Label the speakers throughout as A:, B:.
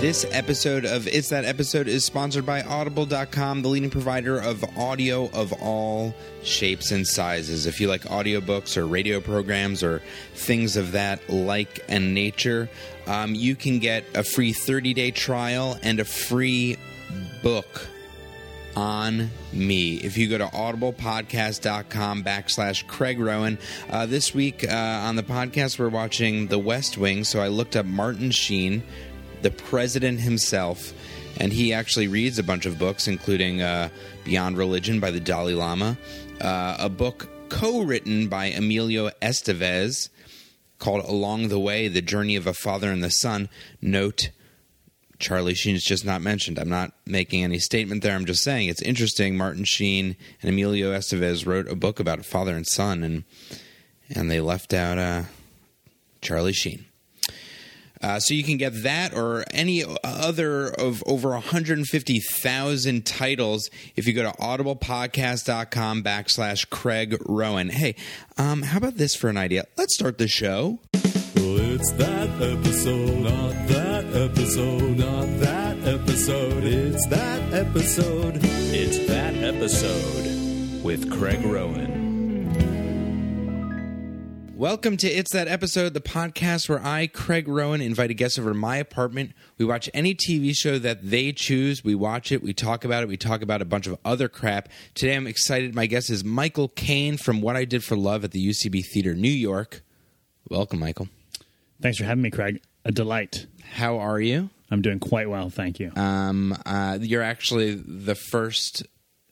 A: This episode of It's That Episode is sponsored by Audible.com, the leading provider of audio of all shapes and sizes. If you like audiobooks or radio programs or things of that like and nature, um, you can get a free 30 day trial and a free book on me. If you go to audiblepodcast.com backslash Craig Rowan, uh, this week uh, on the podcast, we're watching The West Wing. So I looked up Martin Sheen, the president himself, and he actually reads a bunch of books, including uh, Beyond Religion by the Dalai Lama, uh, a book co written by Emilio Estevez called Along the Way The Journey of a Father and the Son. Note Charlie Sheen is just not mentioned. I'm not making any statement there. I'm just saying it's interesting. Martin Sheen and Emilio Estevez wrote a book about father and son, and and they left out uh, Charlie Sheen. Uh, so you can get that or any other of over 150,000 titles if you go to audiblepodcast.com backslash Craig Rowan. Hey, um, how about this for an idea? Let's start the show.
B: Well, Oh, it's that episode, not that episode, not that episode. It's that episode. It's that episode with Craig Rowan.
A: Welcome to It's That Episode, the podcast where I, Craig Rowan, invite a guest over to my apartment. We watch any TV show that they choose. We watch it, we talk about it, we talk about a bunch of other crap. Today I'm excited. My guest is Michael Caine from What I Did for Love at the UCB Theater, New York. Welcome, Michael.
C: Thanks for having me, Craig. A delight.
A: How are you?
C: I'm doing quite well, thank you.
A: Um, uh, you're actually the first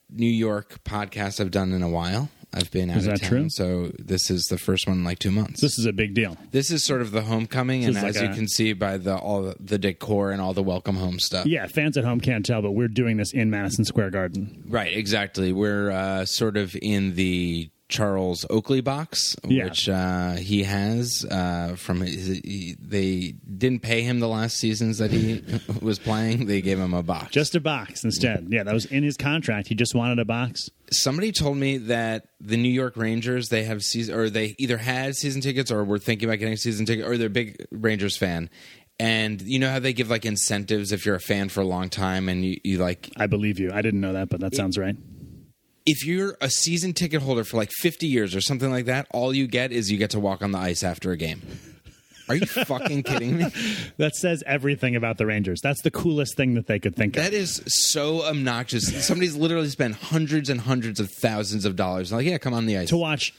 A: New York podcast I've done in a while. I've been out
C: Is
A: of
C: that
A: town,
C: true?
A: so this is the first one in like two months.
C: this is a big deal.
A: This is sort of the homecoming, and
C: is
A: as
C: like
A: you
C: a-
A: can see by the all the decor and all the welcome home stuff,
C: Yeah, fans at home can't tell, but we're doing this in Madison Square Garden.
A: right? Exactly. We're uh, sort of in the Charles Oakley box,
C: Yeah.
A: which uh, he has uh, from. His, he, they didn't pay him the last seasons that he was playing. They gave him a box.
C: Just a box instead. Yeah, that was in his contract. He just wanted a box.
A: somebody told me that the New York Rangers they have season or they either had season tickets or were thinking about getting season tickets or they're a big Rangers fan. And you know how they give like incentives if you're a fan for a long time and you, you like
C: I believe you. I didn't know that, but that sounds right.
A: if you're a season ticket holder for like 50 years or something like that, all you get is you get to walk on the ice after a game. Are you fucking kidding me?
C: That says everything about the Rangers. That's the coolest thing that they could think of.
A: That is so obnoxious. Somebody's literally spent hundreds and hundreds of thousands of dollars. Like, yeah, come on the ice.
C: To watch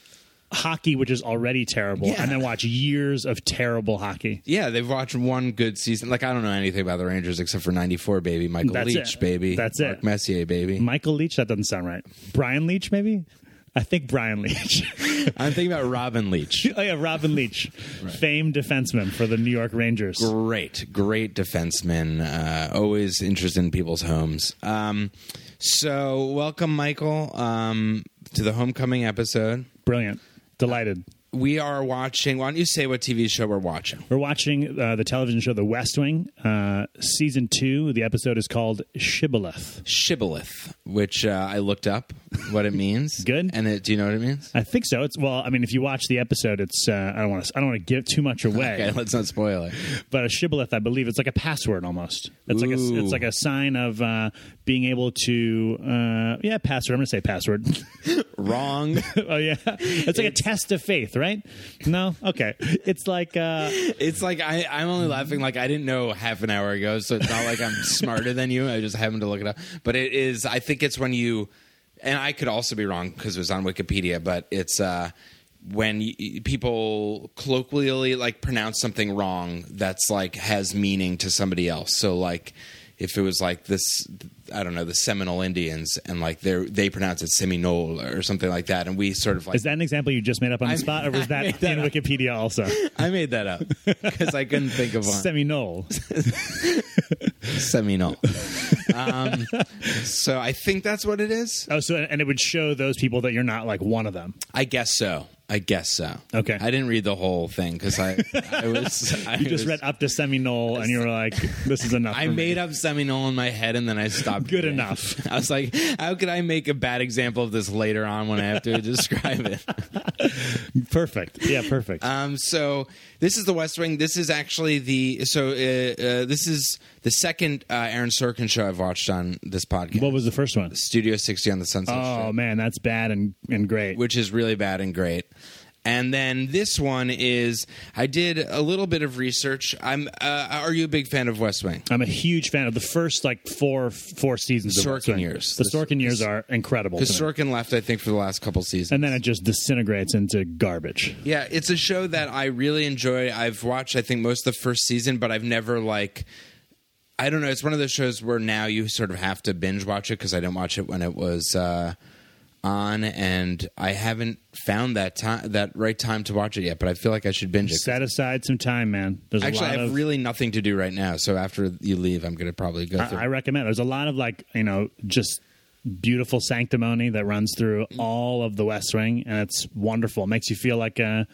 C: hockey, which is already terrible,
A: Yeah.
C: and then watch years of terrible hockey.
A: Yeah, they've watched one good season. Like I don't know anything about the Rangers except for '94, baby. Michael
C: That's
A: Leach,
C: it.
A: baby.
C: That's
A: Mark
C: it.
A: Messier, baby.
C: Michael Leach, that doesn't sound right. Brian Leach, maybe? I think Brian Leach.
A: I'm thinking about Robin Leach.
C: oh, yeah, Robin Leach, famed defenseman for the New York Rangers.
A: Great, great defenseman. Uh, always interested in people's homes. Um, so welcome, Michael, um, to the homecoming episode.
C: Brilliant. Delighted.
A: We are watching. Why don't you say what TV show we're watching?
C: We're watching uh, the television show The West Wing, uh, season two. The episode is called Shibboleth.
A: Shibboleth, which uh, I looked up what it means.
C: Good.
A: And it, do you know what it means?
C: I think so. It's well. I mean, if you watch the episode, it's. Uh, I don't want to. I don't want to give too much away.
A: Okay, let's not spoil it.
C: But a shibboleth, I believe, it's like a password almost. It's like
A: Ooh.
C: a. It's like a sign of uh, being able to. Uh, yeah, password. I'm going to say password.
A: Wrong.
C: oh yeah, it's like a test of faith, right? No, okay. It's like. Uh,
A: It's like I, I'm only laughing like I didn't know half an hour ago, so it's not like I'm smarter than you. I just happened to look it up. But it is, I think it's when you, and I could also be wrong because it was on Wikipedia, but it's uh, when you, people colloquially like pronounce something wrong that's like has meaning to somebody else. So like if it was like this, I don't know, the Seminole Indians, and like they they pronounce it Seminole or something like that, and we sort of like
C: is that an example you just made up on the
A: I-
C: spot, or
A: I
C: was that
A: made
C: in
A: that up.
C: Wikipedia also?
A: I made that up because I couldn't think of one.
C: Seminole.
A: Seminole. um, so I think that's what it is.
C: Oh, so and it would show those people that you're not like one of them.
A: I guess so. I guess so.
C: Okay.
A: I didn't read the whole thing because I, I was. I
C: You just
A: was-
C: read up to Seminole and you were like, this is enough.
A: I
C: for me.
A: made up Seminole in my head and then I stopped.
C: Good
A: reading.
C: enough.
A: I was like, how could I make a bad example of this later on when I have to describe it?
C: Perfect. Yeah, perfect.
A: Um, so this is the West Wing. This is actually the so uh, uh, this is the second uh, Aaron Sorkin show I've watched on this podcast.
C: what was the first one?
A: Studio 60 on the Sunset
C: Oh
A: Strip,
C: man, that's bad and, and great.
A: which is really bad and great. And then this one is I did a little bit of research. I'm. Uh, are you a big fan of West Wing?
C: I'm a huge fan of the first like four four seasons.
A: Sorkin
C: of West Wing.
A: years.
C: The
A: The-
C: Sorkin years are incredible.
A: Because
C: to me.
A: Sorkin left, I think, for the last couple seasons.
C: and then it just disintegrates into garbage.
A: Yeah, it's a show that I really enjoy. I've watched, I think, most of the first season, but I've never like. I don't know. It's one of those shows where now you sort of have to binge watch it because I didn't watch it when it was uh, on, and I haven't found that time, that right time to watch it yet. But I feel like I should binge it.
C: Set aside some time, man. There's
A: Actually,
C: a
A: I
C: lot
A: have
C: of
A: really nothing to do right now, so after you leave, I'm going to probably go through.
C: I, I recommend. There's a lot of like you know just beautiful sanctimony that runs through all of the West Wing, and it's wonderful. It makes you feel like a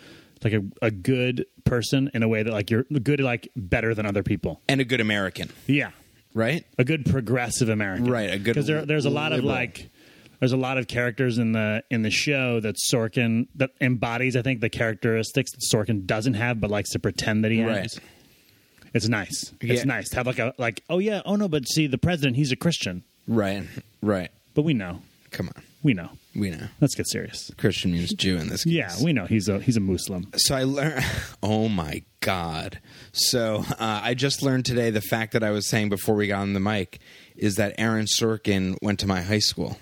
C: like a, a good person in a way that like you're good like better than other people.
A: and a good American,
C: Yeah,
A: right?
C: a good progressive American,
A: Right, a good
C: because there, there's a lot
A: liberal.
C: of like. There's a lot of characters in the in the show that Sorkin that embodies, I think, the characteristics that Sorkin doesn't have, but likes to pretend that he
A: Right.
C: has. It's nice.
A: Yeah.
C: It's nice to have like a like. Oh yeah. Oh no. But see, the president, he's a Christian.
A: Right, right.
C: But we know.
A: Come on,
C: We know.
A: we know
C: Let's get serious.
A: Christian means Jew in this. Case.
C: Yeah, we know he's a he's a Muslim.
A: so I learned. Oh my god! So uh, I just learned today the fact that I was saying before we got on the mic is that Aaron Sorkin went to my high school,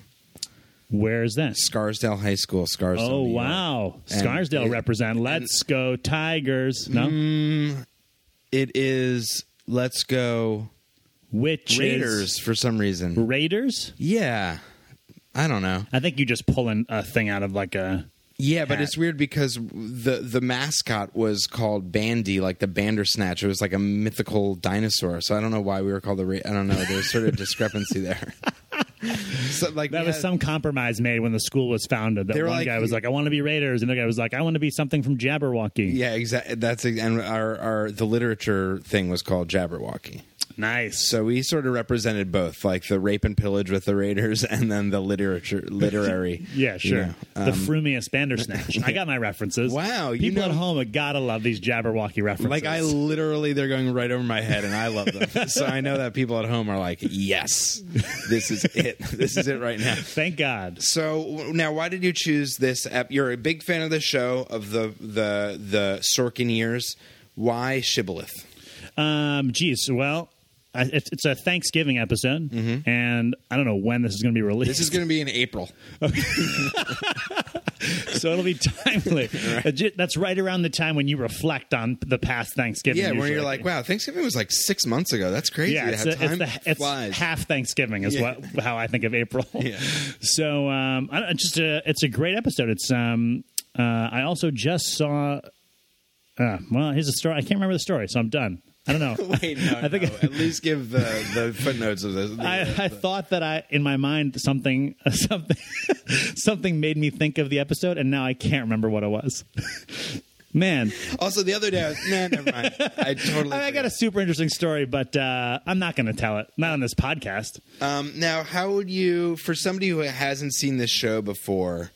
C: Where is that?
A: Scarsdale High School, Scarsdale.
C: Oh
A: New York.
C: wow,
A: uh, And-
C: Scarsdale
A: and-
C: represent. Let's go Tigers. No,
A: Mm-hmm. It is. Let's go
C: which
A: Raiders for some
C: is
A: reason.
C: Raiders.
A: Yeah, I don't know.
C: I think you just pulling a thing out of like a.
A: Yeah, but
C: Hat.
A: it's weird because the the mascot was called Bandy, like the Bandersnatch. It was like a mythical dinosaur. So I don't know why we were called the. Ra- I don't know. There's sort of discrepancy there. so like
C: That
A: we
C: was
A: had-
C: some compromise made when the school was founded. That
A: They
C: one
A: were like-
C: guy was like, "I want to be Raiders," and the other guy was like, "I want to be something from Jabberwocky."
A: Yeah, exactly. That's ex- and our our the literature thing was called Jabberwocky.
C: Nice.
A: So we sort of represented both, like the rape and pillage with the Raiders, and then the literature literary.
C: Yeah,
A: you
C: sure.
A: know.
C: the frumious Bandersnatch. I got my references.
A: um, Wow, you
C: people at
A: know-
C: home have gotta love these Jabberwocky references.
A: Like I literally, they're going right over my head, and I love them. so I know that people at home are like, "Yes, this is it. This is it right now."
C: thank God.
A: So w- now, why did you choose this? Ep- You're a big fan of the show of the the the Sorkin years. Why Shibboleth?
C: Um, geez, well, I, it's, it's a Thanksgiving episode, and I don't know when this is going to be released.
A: Mm-hmm. This is going to be in April.
C: so it'll be timely. Uh, ju- That's right around the time when you reflect on the past Thanksgiving.
A: Yeah, when you're
C: usually.
A: like, wow, Thanksgiving was like six months ago. That's crazy.
C: Yeah, it's,
A: how
C: a- it's,
A: time
C: the, it's
A: flies.
C: half Thanksgiving is
A: Yeah.
C: what how I think of April.
A: Yeah.
C: So um, I don't, it's just a it's a great episode. It's um uh, I also just saw. Uh, well, here's a story. I can't remember the story, so I'm done. I don't know.
A: Wait, no,
C: I think-
A: no. At least give the, the footnotes of this. The,
C: I, I thought that I, in my mind, something, something, something made me think of the episode, and now I can't remember what it was. Man,
A: also, the other day, I was, nah, never mind. I totally.
C: I, I got a
A: forgot.
C: super interesting story, but uh, I'm not going to tell it. Not on this podcast.
A: Um, now, how would you, for somebody who hasn't seen this show before,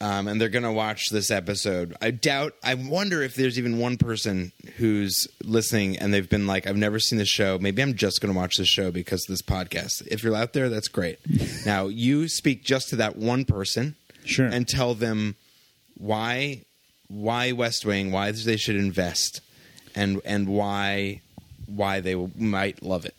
A: um, and they're going to watch this episode, I doubt, I wonder if there's even one person who's listening and they've been like, I've never seen this show. Maybe I'm just going to watch this show because of this podcast. If you're out there, that's great. now, you speak just to that one person.
C: Sure.
A: And tell them why why West Wing, why they should invest, and and why why they might love it.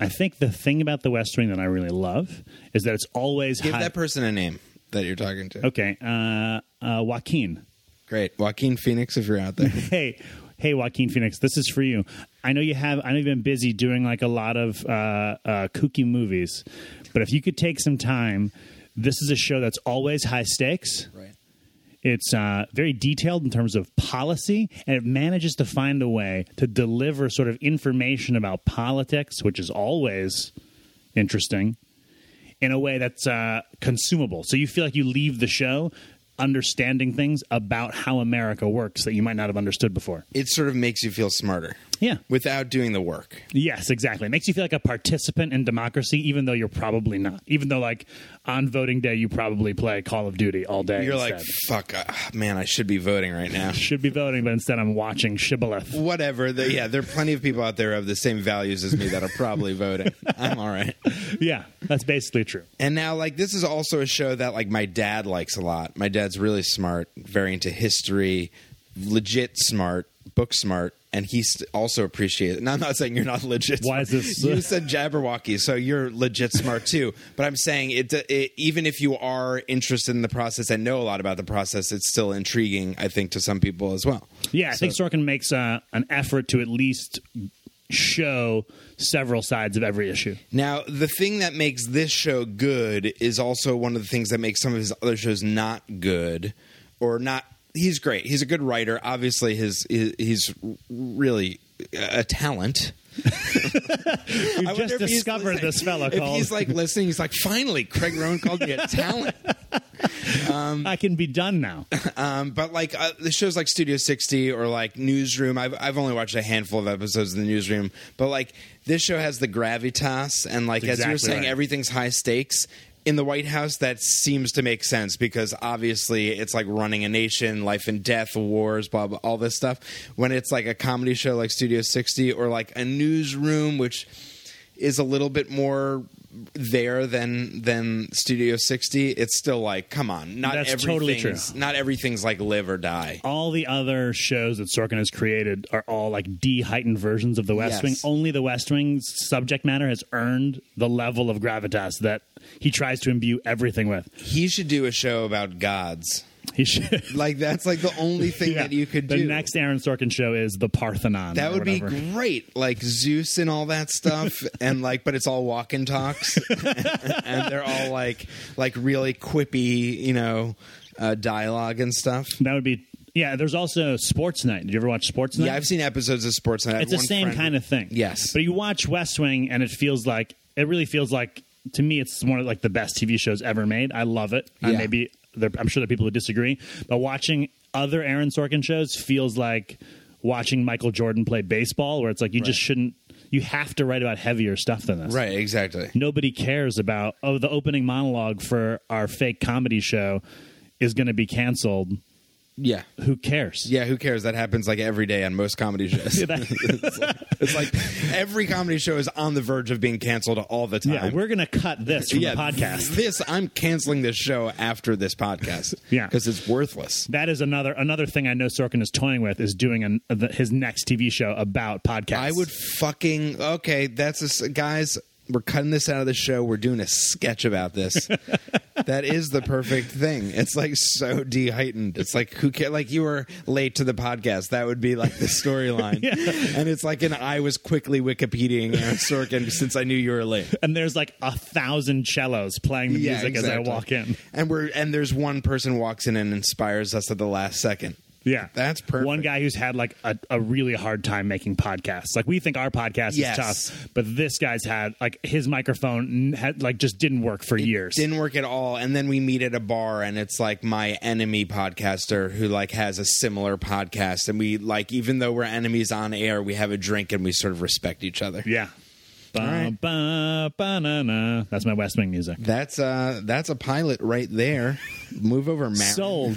C: I think the thing about The West Wing that I really love is that it's always
A: Give
C: high-
A: that person a name that you're talking to.
C: okay. Uh, uh, Joaquin.
A: Great, Joaquin Phoenix, if you're out there.
C: hey hey joaquin phoenix this is for you i know you have i know you've been busy doing like a lot of uh, uh, kooky movies but if you could take some time this is a show that's always high stakes
A: right.
C: it's uh, very detailed in terms of policy, and it manages to find a way to deliver sort of information about politics, which is always interesting, in a way that's uh, consumable. So you feel like you leave the show understanding things about how America works that you might not have understood before.
A: It sort of makes you feel smarter.
C: Yeah.
A: Without doing the work.
C: Yes, exactly. It makes you feel like a participant in democracy, even though you're probably not. Even though, like, on voting day, you probably play Call of Duty all day.
A: You're
C: instead.
A: like, fuck, uh, man, I should be voting right now.
C: should be voting, but instead I'm watching Shibboleth.
A: Whatever. The, yeah, there are plenty of people out there of the same values as me that are probably voting. I'm all right.
C: Yeah, that's basically true.
A: And now, like, this is also a show that, like, my dad likes a lot. My dad's really smart, very into history, legit smart, book smart, and he st- also appreciates. And I'm not saying you're not legit.
C: Why
A: smart.
C: is this-
A: You said Jabberwocky, so you're legit smart too. But I'm saying it, it. Even if you are interested in the process and know a lot about the process, it's still intriguing, I think, to some people as well.
C: Yeah, I
A: So-
C: think Sorkin makes uh, an effort to at least show several sides of every issue.
A: Now, the thing that makes this show good is also one of the things that makes some of his other shows not good or not. He's great. He's a good writer. Obviously, his, his he's really a talent.
C: We
A: I
C: just
A: wonder if he's
C: discovered
A: listening.
C: this fella
A: If
C: called
A: he's like listening, he's like, finally, Craig Rowan called me a talent.
C: I Can Be Done Now.
A: Um, but like uh, the shows like Studio 60 or like Newsroom, I've I've only watched a handful of episodes of the Newsroom, but like this show has the gravitas and like
C: That's
A: as you were
C: exactly
A: saying,
C: right.
A: everything's high stakes. In the White House, that seems to make sense because obviously it's like running a nation, life and death, wars, blah, blah, all this stuff. When it's like a comedy show like Studio 60 or like a newsroom, which is a little bit more there than than Studio 60, it's still like, come on, not
C: That's totally true.
A: everything's- not everything's like live or die.
C: all the other shows that Sorkin has created are all like de-heightened versions of The
A: Yes.
C: West Wing. Only The West Wing's subject matter has earned the level of gravitas that he tries to imbue everything with.
A: He should do a show about gods.
C: He should.
A: Like that's like the only thing
C: Yeah.
A: that you could
C: the
A: do.
C: next Aaron Sorkin show is the Parthenon.
A: that
C: or
A: would be
C: whatever.
A: great, like Zeus and all that stuff, and like, but it's all walk and talks, and they're all like, like really quippy, you know, uh, dialogue and stuff.
C: That would be. Yeah, there's also Sports Night. Did you ever watch Sports Night?
A: Yeah, I've seen episodes of Sports Night. I have
C: it's the
A: one
C: same
A: friend-
C: kind of thing.
A: Yes.
C: But you watch West Wing and it feels like it really feels like to me it's one of like the best TV shows ever made. I love it. I
A: Yeah.
C: maybe there, I'm sure there are people who disagree, but watching other Aaron Sorkin shows feels like watching Michael Jordan play baseball where it's like you just shouldn't you have to write about heavier stuff than this.
A: right? Exactly.
C: Nobody cares about oh the opening monologue for our fake comedy show is going to be canceled.
A: Yeah.
C: Who cares?
A: Yeah, who cares? That happens like every day on most comedy shows.
C: Yeah, that-
A: it's, like, it's like every comedy show is on the verge of being canceled all the time.
C: Yeah, Uh, we're going to cut this from the podcast.
A: This I'm canceling this show after this podcast.
C: Yeah.
A: because it's worthless.
C: That is another another thing I know Sorkin is toying with is doing an, the, his next TV show about podcasts.
A: I would fucking okay. That's a s guys. We're cutting this out of the show. We're doing a sketch about this. that is the perfect thing. It's like so de heightened. It's like who care? Like you were late to the podcast. That would be like the storyline. And it's like an I was quickly Wikipediaing Aaron Sorkin since I knew you were late.
C: and there's like a thousand cellos playing the music as I
A: exactly.
C: walk in.
A: And we're and there's one person walks in and inspires us at the last second.
C: Yeah,
A: That's perfect.
C: One guy who's had like a, a really hard time making podcasts. Like we think our podcast
A: Yes.
C: is tough, but this guy's had like his microphone had like just didn't work for years.
A: Didn't work at all. And then we meet at a bar and it's like my enemy podcaster who like has a similar podcast and we like even though we're enemies on air, we have a drink and we sort of respect each other.
C: Yeah. Ba,
A: right.
C: ba, ba, na, na. That's my West Wing music.
A: That's uh that's a pilot right there. Move over, Matt.
C: Sold.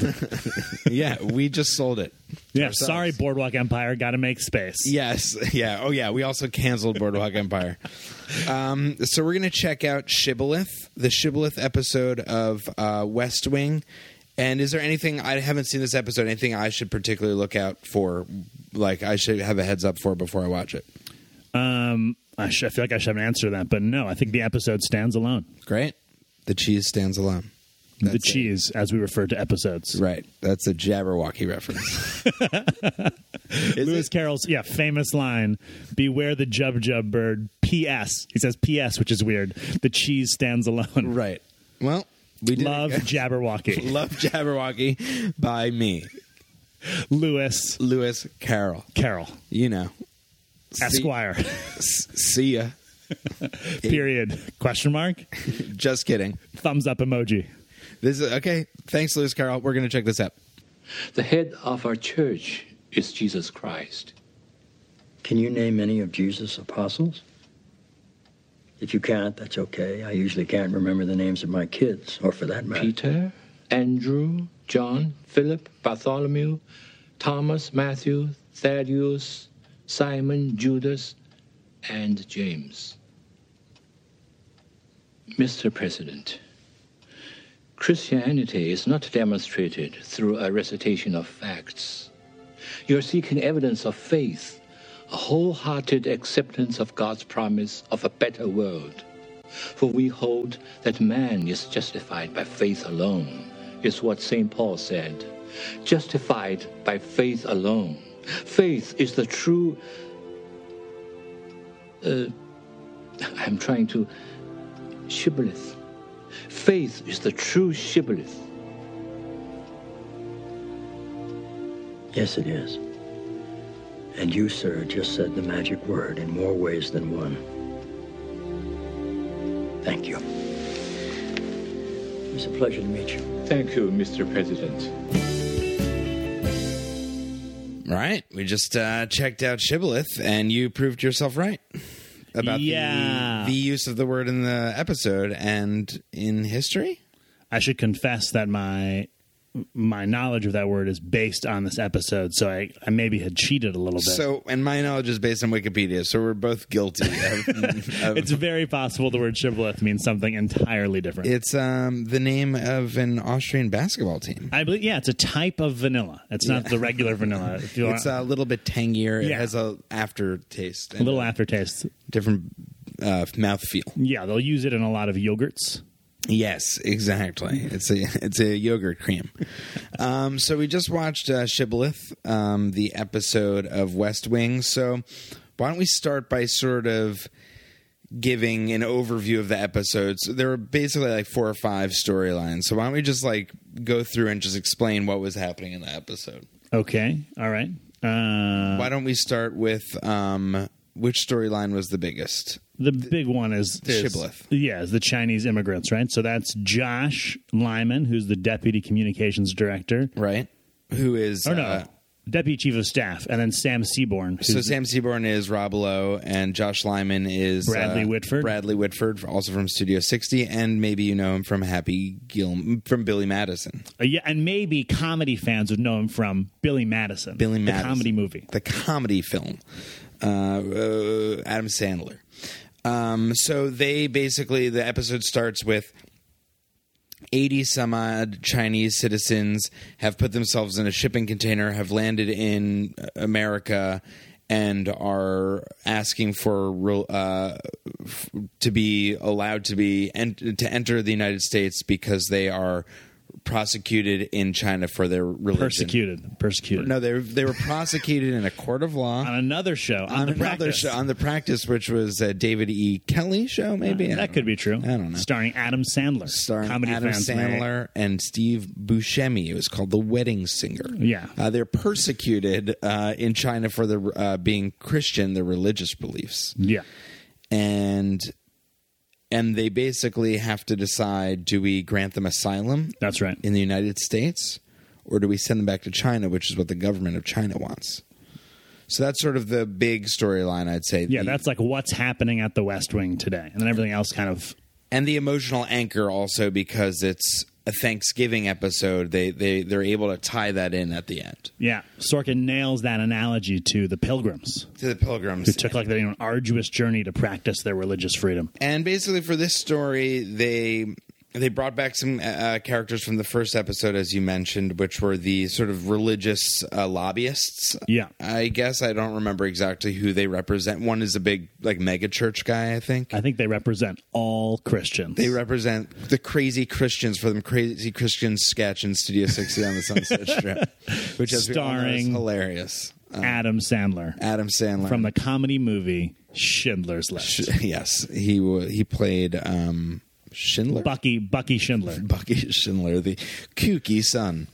A: yeah, we just sold it.
C: yeah.
A: Ourselves.
C: Sorry, Boardwalk Empire. Got to make space.
A: Yes. Yeah. Oh, yeah. We also canceled Boardwalk Empire. Um, so we're going to check out Shibboleth, the Shibboleth episode of uh, West Wing. And is there anything I haven't seen this episode? Anything I should particularly look out for? Like I should have a heads up for before I watch it.
C: Um, I, sh- I feel like I should have an answer to that, but no, I think the episode stands alone.
A: Great. The cheese stands alone.
C: the
A: That's it.
C: cheese, as we refer to episodes.
A: Right. That's a Jabberwocky reference. Is
C: Lewis
A: it?
C: Carroll's yeah famous line: "Beware the Jub Jub bird." P.S. He says P.S., which is weird. The cheese stands alone.
A: Right. Well, we did it,
C: Love
A: guys.
C: Jabberwocky.
A: Love Jabberwocky by me,
C: Lewis
A: Lewis Carroll.
C: Carroll,
A: You know. See-
C: Esquire.
A: S- see ya.
C: Period. Question mark.
A: Just kidding.
C: Thumbs up emoji.
A: This is okay. Thanks, Lewis Carroll. We're gonna check this out.
D: The head of our church is Jesus Christ.
E: Can you name any of Jesus' apostles? If you can't, that's okay. I usually can't remember the names of my kids, or for that matter.
D: Peter, Andrew, John, Philip, Bartholomew, Thomas, Matthew, Thaddeus, Simon, Judas, and James. Mr. President, Christianity is not demonstrated through a recitation of facts. You're seeking evidence of faith, a wholehearted acceptance of God's promise of a better world. For we hold that man is justified by faith alone, is what St. Paul said. Justified by faith alone. Faith is the true. Uh, I'm trying to. Shibboleth. Faith is the true shibboleth.
E: Yes, it is. And you, sir, just said the magic word in more ways than one. Thank you. It was a pleasure to meet you.
D: Thank you, Mr. President.
A: All right, we just uh, checked out shibboleth, and you proved yourself right about
C: Yeah.
A: the, the use of the word in the episode and in history.
C: I should confess that my my knowledge of that word is based on this episode, so I, I maybe had cheated a little bit.
A: So, and my knowledge is based on Wikipedia, so we're both guilty. Of, of-
C: it's very possible the word shibboleth means something entirely different.
A: it's um, the name of an Austrian basketball team.
C: I believe, yeah, it's a type of vanilla. It's not the regular vanilla. If you
A: It's uh, a
C: want-
A: little bit tangier. It
C: Yeah.
A: has a aftertaste,
C: a
A: and
C: little aftertaste.
A: different uh, mouthfeel.
C: Yeah, they'll use it in a lot of yogurts.
A: Yes, exactly. It's a it's a yogurt cream. Um, so we just watched uh, Shibboleth, um, the episode of West Wing. So why don't we start by sort of giving an overview of the episodes? There were basically like four or five storylines. So why don't we just like go through and just explain what was happening in the episode?
C: Okay, all right. Uh,
A: Why don't we start with um, which storyline was the biggest?
C: the big one is, is
A: Shibboleth.
C: Yeah, is the Chinese immigrants, right? So that's Josh Lyman, who's the deputy communications director.
A: Right? Who is
C: Or Oh, no,
A: uh,
C: deputy chief of staff, and then Sam Seaborn.
A: So
C: who's-
A: Sam Seaborn is Rob Lowe, and Josh Lyman is uh,
C: Bradley Whitford.
A: Bradley Whitford, also from Studio 60, and maybe you know him from Happy Gil, from Billy Madison,
C: uh, yeah, and maybe comedy fans would know him from Billy Madison,
A: Billy
C: the
A: Madison
C: comedy movie.
A: the comedy film, uh, uh, Adam Sandler. Um, so they basically the episode starts with 80 some odd Chinese citizens have put themselves in a shipping container, have landed in America, and are asking for rel- uh, f- to be allowed to be en- to enter the United States because they are prosecuted in China for their religion.
C: Persecuted, persecuted.
A: No, they were- they were prosecuted in a court of law
C: on another show, on,
A: on
C: the
A: another
C: practice.
A: show on the practice, which was uh, David E. Kelly show. Maybe I
C: Uh, that
A: don't
C: could
A: know.
C: be true.
A: I don't know.
C: Starring Adam Sandler,
A: starring
C: comedy
A: Adam
C: fans may-
A: Sandler and Steve Buscemi. It was called The Wedding Singer.
C: Yeah.
A: uh, they're persecuted uh, in China for their uh, being Christian, their religious beliefs,
C: Yeah,
A: and and they basically have to decide: do we grant them asylum
C: that's right.
A: in the United States, or do we send them back to China, which is what the government of China wants? So that's sort of the big storyline, I'd say.
C: yeah,
A: The-
C: that's like what's happening at the West Wing today, and then everything else kind of
A: and the emotional anchor also because it's a Thanksgiving episode. They they they're able to tie that in at the end
C: yeah. Sorkin nails that analogy to the Pilgrims,
A: to the
C: who
A: pilgrims.
C: took like you know, an arduous journey to practice their religious freedom.
A: And basically, for this story, they they brought back some uh, characters from the first episode, as you mentioned, which were the sort of religious uh, lobbyists.
C: Yeah.
A: I guess I don't remember exactly who they represent. One is a big like mega church guy, I think.
C: I think they represent all Christians.
A: They represent the crazy Christians for them crazy Christians sketch in Studio 60 on the Sunset Strip, which as we all know, is
C: Starring-
A: hilarious.
C: Adam Sandler
A: uh, Adam Sandler
C: from the comedy movie Schindler's List.
A: yes, he wa he played um, Schindler,
C: Bucky Bucky Schindler.
A: Bucky Schindler, the kooky son.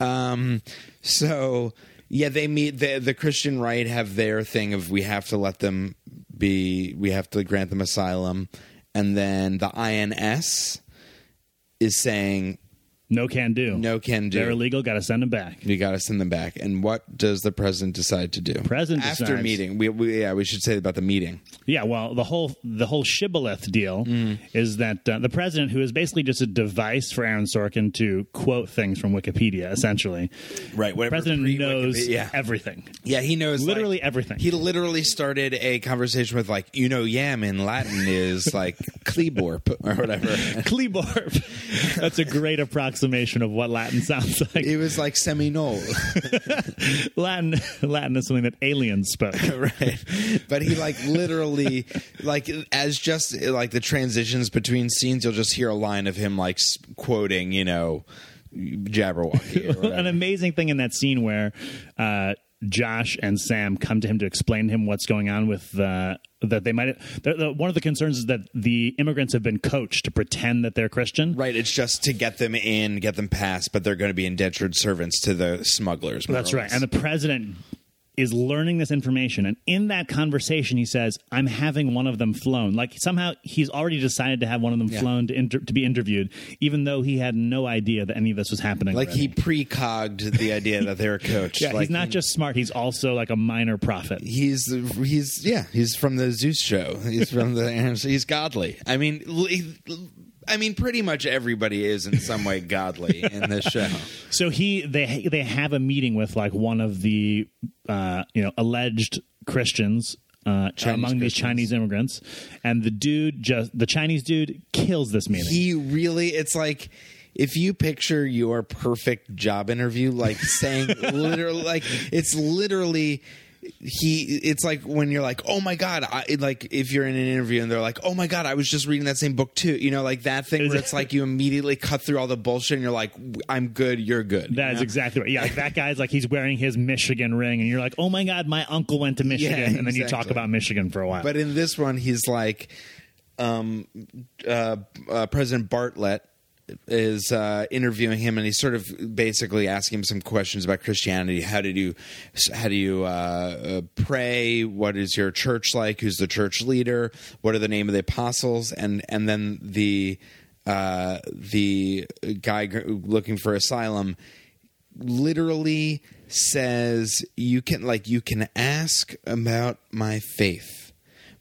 A: um, so yeah, they meet the the Christian right have their thing of we have to let them be, we have to grant them asylum, and then the INS is saying
C: No can do.
A: no can do.
C: They're illegal. Got to send them back.
A: You got to send them back. And what does the president decide to do?
C: President
A: after
C: decides.
A: meeting. We, we yeah, we should say about the meeting.
C: Yeah, well, the whole the whole shibboleth deal
A: Mm.
C: is that uh, the president, who is basically just a device for Aaron Sorkin to quote things from Wikipedia, essentially,
A: Right,
C: The
A: whatever
C: president
A: pre-
C: knows
A: Wikipedia- yeah.
C: everything.
A: Yeah, he knows
C: Literally
A: like-
C: everything.
A: He literally started a conversation with like, you know, yam in Latin is like kleborp or whatever.
C: Kleborb. That's a great approximation of what Latin sounds like.
A: It was like Seminole,
C: Latin Latin is something that aliens spoke.
A: right? But he like literally, like as just like the transitions between scenes, you'll just hear a line of him like s- quoting, you know, Jabberwocky. Or
C: An
A: whatever.
C: amazing thing in that scene where uh, Josh and Sam come to him to explain to him what's going on with uh, that they might. The, the, one of the concerns is that the immigrants have been coached to pretend that they're Christian.
A: Right, it's just to get them in, get them past, but they're going to be indentured servants to the smugglers. more
C: That's
A: or
C: right.
A: less.
C: And the president is learning this information. And in that conversation, he says, I'm having one of them flown. Like somehow he's already decided to have one of them flown to, inter- to be interviewed, even though he had no idea that any of this was happening.
A: like he
C: already.
A: precogged the idea that they're coached.
C: Yeah,
A: like,
C: he's not just smart, he's also like a minor prophet.
A: he's he's yeah he's from the Zeus show. He's from the he's godly. I mean, l- he- I mean, pretty much everybody is in some way godly in this show.
C: So he they they have a meeting with like one of the uh, you know alleged Christians uh, among these
A: Christians.
C: Chinese immigrants, and the dude just the Chinese dude kills this meeting.
A: He really, it's like. If you picture your perfect job interview, like saying literally, like it's literally, he, it's like when you're like, oh my God, I, like if you're in an interview and they're like, oh my God, I was just reading that same book too, you know, like that thing where it's like you immediately cut through all the bullshit and you're like, I'm good, you're good.
C: That is exactly right. Yeah, like that guy's like he's wearing his Michigan ring, and you're like, oh my god, my uncle went to Michigan,
A: Yeah,
C: and then you talk
A: exactly.
C: about Michigan for a while.
A: But in this one, he's like, um, uh, uh, President Bartlett is uh, interviewing him, and he's sort of basically asking him some questions about Christianity. How did you, how do you uh, uh, pray? What is your church like? Who's the church leader? What are the name of the apostles? And and then the uh, the guy gr- looking for asylum literally says you can like you can ask about my faith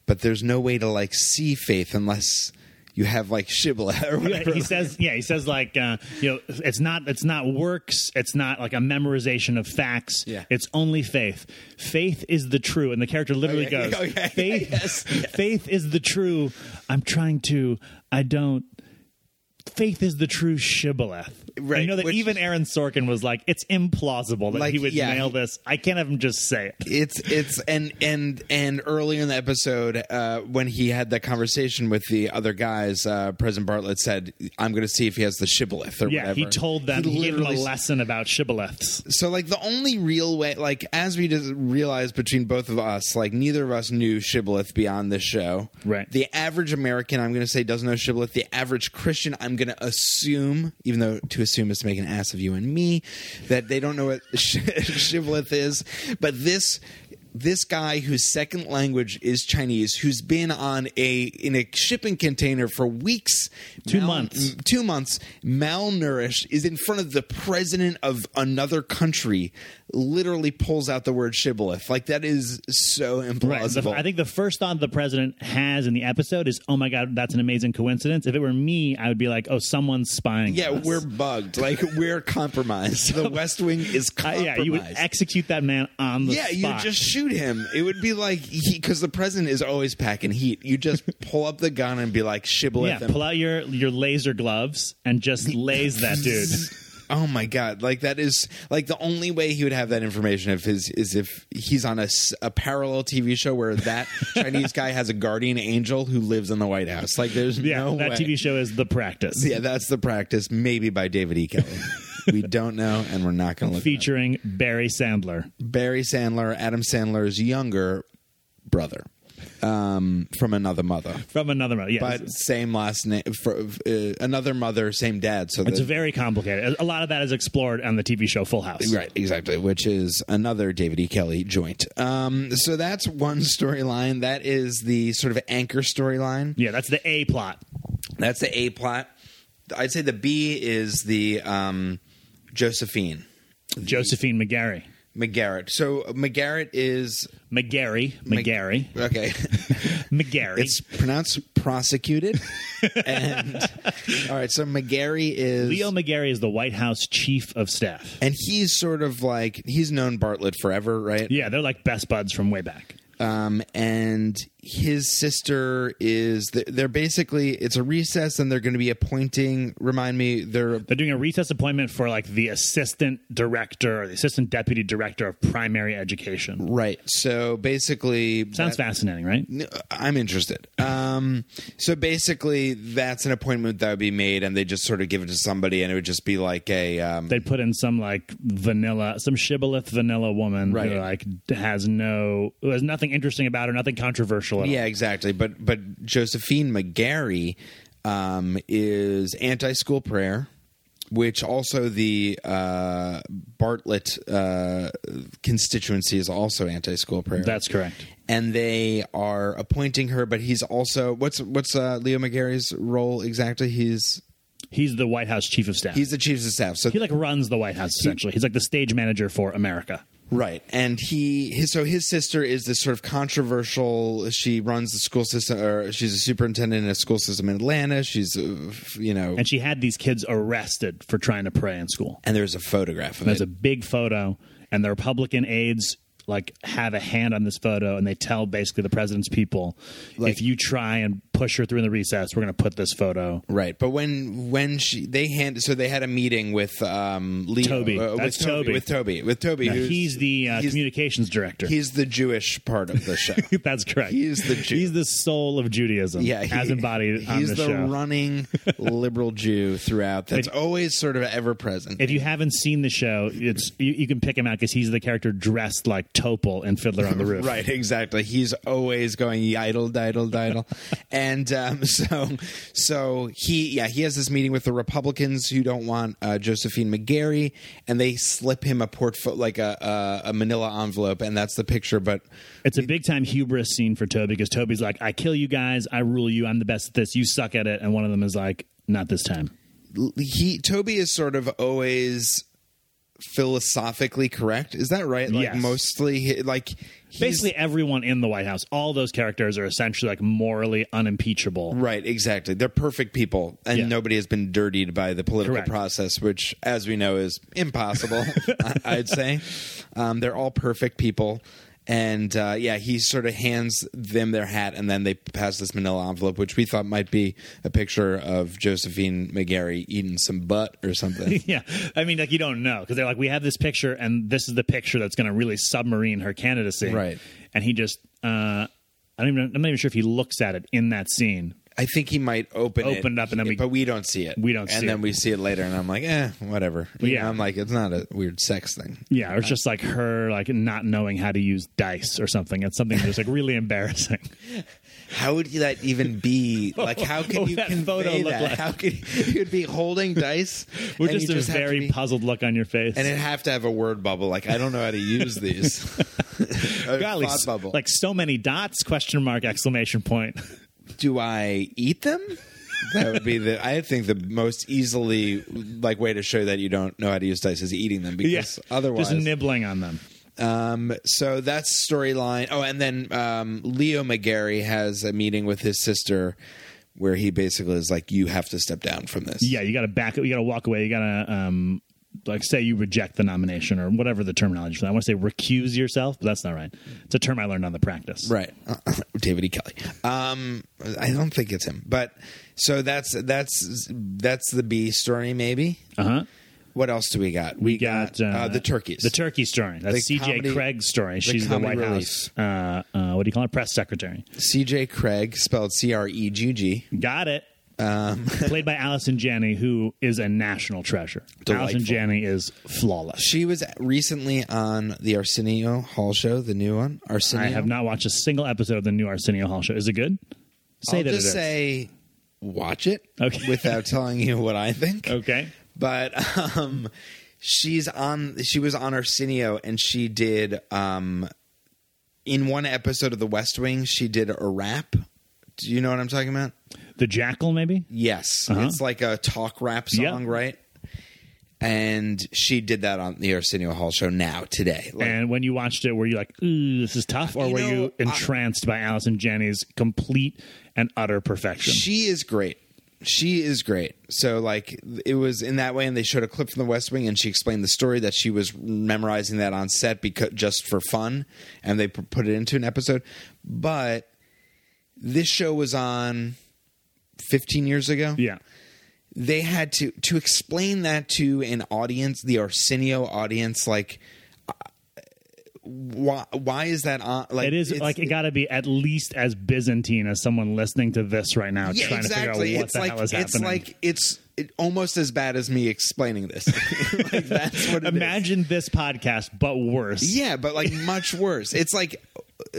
A: but there's no way to like see faith unless you have like shibboleth or
C: Yeah,
A: whatever
C: he says, yeah, he says like, uh, you know, it's not, it's not works, it's not like a memorization of facts.
A: Yeah.
C: It's only faith. Faith is the true, and the character literally
A: Okay,
C: goes,
A: Oh, okay,
C: faith,
A: yes,
C: faith is the true. I'm trying to, I don't. Faith is the true shibboleth.
A: Right,
C: You know that
A: which-
C: even Aaron Sorkin was like, it's implausible that
A: Like,
C: he would
A: yeah,
C: nail
A: he-
C: this. I can't have him just say it.
A: it's it's and and and earlier in the episode uh when he had that conversation with the other guys uh president bartlett said i'm gonna see if he has the shibboleth or
C: Yeah,
A: whatever
C: he told them, he, gave them a
A: literally
C: lesson about shibboleths.
A: so like the only real way like as we just realized between both of us like neither of us knew shibboleth beyond this show
C: Right.
A: the average american i'm going to say doesn't know shibboleth the average christian i'm going to assume even though to assume is to make an ass of you and me that they don't know what sh- shibboleth is but this this guy whose second language is Chinese, who's been on a in a shipping container for weeks,
C: Two months.
A: two months malnourished is in front of the president of another country literally pulls out the word shibboleth like that is so
C: Right. The-
A: implausible
C: I think the first thought the president has in the episode is, "Oh my god, that's an amazing coincidence." If it were me, I would be like, "Oh, someone's spying."
A: yeah
C: on us."
A: we're bugged like we're compromised the west wing is
C: Uh,
A: compromised
C: yeah, you would execute that man on the
A: yeah,
C: spot.
A: you just shoot him. It would be like because the president is always packing heat. You just pull up the gun and be like shibboleth.
C: yeah,
A: him.
C: pull out your your laser gloves and just laze that dude.
A: Oh my god! Like that is like the only way he would have that information if his is if he's on a, s- a parallel TV show where that Chinese guy has a guardian angel who lives in the White House. Like there's
C: Yeah,
A: no
C: that
A: way.
C: TV show is the practice,
A: Yeah, that's the practice. Maybe by David E. Kelly. we don't know, and we're not going to look. it up.
C: featuring Barry Sandler.
A: Barry Sandler, Adam Sandler's younger brother, um, from another mother,
C: From another movie. Yeah,
A: but
C: it's,
A: same last name. For, uh, another mother, same dad. So
C: it's
A: the-
C: very complicated. A lot of that is explored on the TV show Full House.
A: Right, exactly, which is another David E. Kelly joint. Um, so that's one storyline. That is the sort of anchor storyline.
C: Yeah, that's the A plot.
A: That's the A plot. I'd say the B is the um, Josephine
C: Josephine McGarry.
A: McGarrett. So uh, McGarrett is
C: McGarry.
A: Mc-
C: McGarry.
A: Okay,
C: McGarry.
A: it's pronounced prosecuted. and all right, so McGarry is
C: Leo McGarry is the White House chief of staff.
A: and he's sort of like he's known Bartlett forever, right?
C: Yeah, they're like best buds from way back.
A: um, and his sister is th- they're basically it's a recess and they're going to be appointing remind me they're
C: They're doing a recess appointment for like the assistant director or the assistant deputy director of primary education.
A: right so basically
C: Sounds fascinating, right?
A: i'm interested um, so basically that's an appointment that would be made and they just sort of give it to somebody and it would just be like a um,
C: They put in some like vanilla, some shibboleth vanilla woman
A: Right.
C: who like has no, who has nothing interesting about her, nothing controversial at all.
A: yeah exactly but but josephine mcgarry um, is anti-school prayer which also the uh, bartlett uh, constituency is also anti-school prayer
C: That's correct.
A: and they are appointing her. But he's also what's what's uh, Leo McGarry's role exactly? He's
C: He's the White House chief of staff.
A: he's the chief of staff. So
C: he like runs the White House essentially. He's like the stage manager for America.
A: right, and he his, so his sister is this sort of controversial. She runs the school system, or she's a superintendent in a school system in Atlanta. She's uh, you know,
C: And she had these kids arrested for trying to pray in school.
A: and there's a photograph of
C: There's
A: it.
C: a big photo, and the Republican aides like have a hand on this photo, and they tell basically the president's people,
A: Like-
C: if you try and push her through in the recess, we're going to put this photo.
A: Right, but when when she they hand so they had a meeting with um Leo,
C: Toby.
A: uh, with
C: That's Toby.
A: with Toby with Toby
C: Now,
A: who's-
C: he's the uh,
A: he's-
C: communications director.
A: he's the Jewish part of the show
C: That's correct.
A: He's the Jew.
C: He's the soul of Judaism.
A: yeah,
C: as
A: he-
C: embodied on
A: He's
C: the,
A: the
C: show.
A: running liberal Jew throughout. That's always sort of ever present.
C: If you haven't seen the show, it's you, you can pick him out because he's the character dressed like Topol in Fiddler on the Roof.
A: Right, exactly. He's always going yidle, diddle, diddle, and um, so so he yeah he has this meeting with the Republicans who don't want uh, Josephine McGarry, and they slip him a portfolio like a, a a Manila envelope, and that's the picture. But
C: It's a big time hubris scene for Toby because Toby's like, I kill you guys, I rule you, I'm the best at this, you suck at it. And one of them is like, not this time.
A: he Toby is sort of always philosophically correct. Is that right? Like
C: Yes.
A: mostly he- like. he's-
C: Basically, everyone in the White House, all those characters are essentially like morally unimpeachable.
A: Right, exactly. They're perfect people, and
C: Yeah.
A: nobody has been dirtied by the political
C: Correct.
A: process, which, as we know, is impossible. I- I'd say um, they're all perfect people, and uh, yeah, he sort of hands them their hat, and then they pass this Manila envelope, which we thought might be a picture of Josephine McGarry eating some butt or something.
C: Yeah. I mean, like, you don't know because they're like, we have this picture, and this is the picture that's going to really submarine her candidacy.
A: Right.
C: And he just, uh, I don't even, I'm not even sure if he looks at it in that scene.
A: I think he might open
C: Opened up and then we-
A: but we don't see it.
C: we don't
A: and
C: see
A: then
C: it.
A: we see it later, and I'm like, eh, whatever.
C: Yeah.
A: I'm like, it's not a weird sex thing.
C: Yeah, or it's just like her like not knowing how to use dice or something. It's something that's like really embarrassing.
A: How would that even be? Like, how can
C: What would
A: you
C: Oh, that
A: convey
C: photo look
A: that?
C: like?
A: How could you'd be holding dice?
C: We're
A: and
C: just
A: you
C: a
A: have to
C: very
A: be-
C: puzzled look on your face.
A: and it have to have a word bubble. Like, I don't know how to use these. A
C: Golly,
A: thought bubble.
C: like so many dots? Question mark! Exclamation point!
A: do I eat them? That would be the. I think the most easily like way to show that you don't know how to use dice is eating them because
C: Yes,
A: otherwise,
C: just nibbling on them.
A: Um, so that's storyline. Oh, and then um, Leo McGarry has a meeting with his sister where he basically is like, "You have to step down from this."
C: Yeah, you got to back. You got to walk away. You got to um, like say you reject the nomination or whatever the terminology. For that. I want to say recuse yourself, but that's not right. It's a term I learned on the practice.
A: Right, David E. Kelly. Um, I don't think it's him, but so that's that's that's the B story. Maybe.
C: Uh huh.
A: What else do we got?
C: We got uh,
A: the turkeys.
C: The turkey story. That's
A: The
C: C.J.
A: comedy-
C: Craig's story. She's the
A: comedy
C: White
A: relief.
C: House. Uh, uh, what do you call it? Press secretary.
A: C.J. Craig, spelled C R E G G.
C: Got it.
A: Um,
C: Played by Allison Janney, who is a national treasure.
A: Delightful.
C: Allison Janney is flawless.
A: She was recently on the Arsenio Hall show, the new one. Arsenio.
C: I have not watched a single episode of the new Arsenio Hall show. Is it good? Say
A: I'll
C: that
A: just
C: it is.
A: say, watch it
C: Okay.
A: without telling you what I think.
C: okay.
A: but um she's on she was on Arsenio and she did um in one episode of the West Wing she did a rap. Do you know what I'm talking about?
C: The Jackal, maybe?
A: Yes,
C: Uh-huh.
A: it's like a talk rap
C: Yeah.
A: song, right? And she did that on the Arsenio Hall show now today. Like,
C: and when you watched it, were you like, ooh, this is tough? Or
A: You
C: were
A: know,
C: you
A: I-
C: entranced by Allison Janney's complete and utter perfection?
A: she is great. She is great. So like it was in that way, and they showed a clip from The West Wing, and she explained the story that she was memorizing that on set because just for fun, and they p- put it into an episode. But this show was on 15 years ago.
C: yeah.
A: they had to to explain that to an audience, the Arsenio audience, like uh, why why is that on? Like
C: It is
A: it's-
C: like it got to be at least as Byzantine as someone listening to this right now,
A: yeah,
C: trying to
A: exactly.
C: figure out what
A: it's
C: the
A: like
C: hell is
A: it's
C: happening.
A: like it's it, almost as bad as me explaining this. like that's what it is.
C: Imagine this podcast, but worse.
A: Yeah, but like much worse. It's like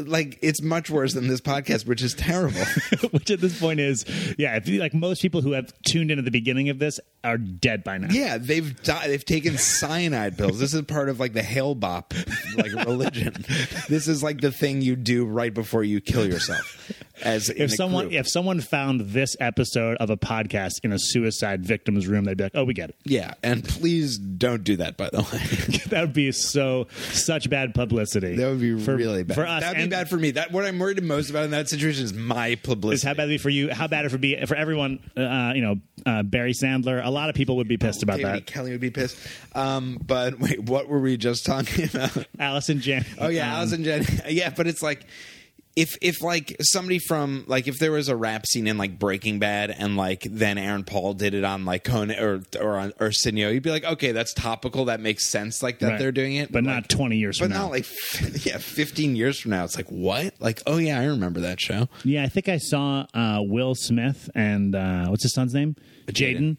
A: like it's much worse than this podcast, which is terrible.
C: Which at this point is, yeah, if you, like most people who have tuned in at the beginning of this are dead by now.
A: yeah, they've died. They've taken cyanide pills. This is part of like the hail bop like religion. this is like the thing you do right before you kill yourself. As in a
C: If someone
A: group.
C: if someone found this episode of a podcast in a suicide victim's room, they'd be like, "Oh, we get it."
A: yeah, and please don't do that. By the way,
C: that would be so such bad publicity.
A: that would be
C: for,
A: really bad
C: for us.
A: That'd be
C: and
A: bad for me. That what I'm worried most about in that situation is my publicity.
C: Is how bad it would be for you? How bad it would be for everyone? Uh, you know, uh, Barry Sandler. A lot of people would be pissed about
A: David E.
C: that.
A: Kelly would be pissed. Um, but wait, what were we just talking about?
C: Allison Jan. um,
A: Oh yeah, I was in Jen. yeah, but it's like if if like somebody from like if there was a rap scene in like Breaking Bad and like then Aaron Paul did it on like Conan or or on Arsenio, you'd be like, okay, that's topical. That makes sense. Like that
C: Right.
A: they're doing it,
C: but
A: like,
C: not twenty years
A: But
C: from now.
A: not like yeah, fifteen years from now. It's like what? Like oh yeah, I remember that show.
C: Yeah, I think I saw uh, Will Smith and uh, what's his son's name,
A: Jaden.
C: Jaden,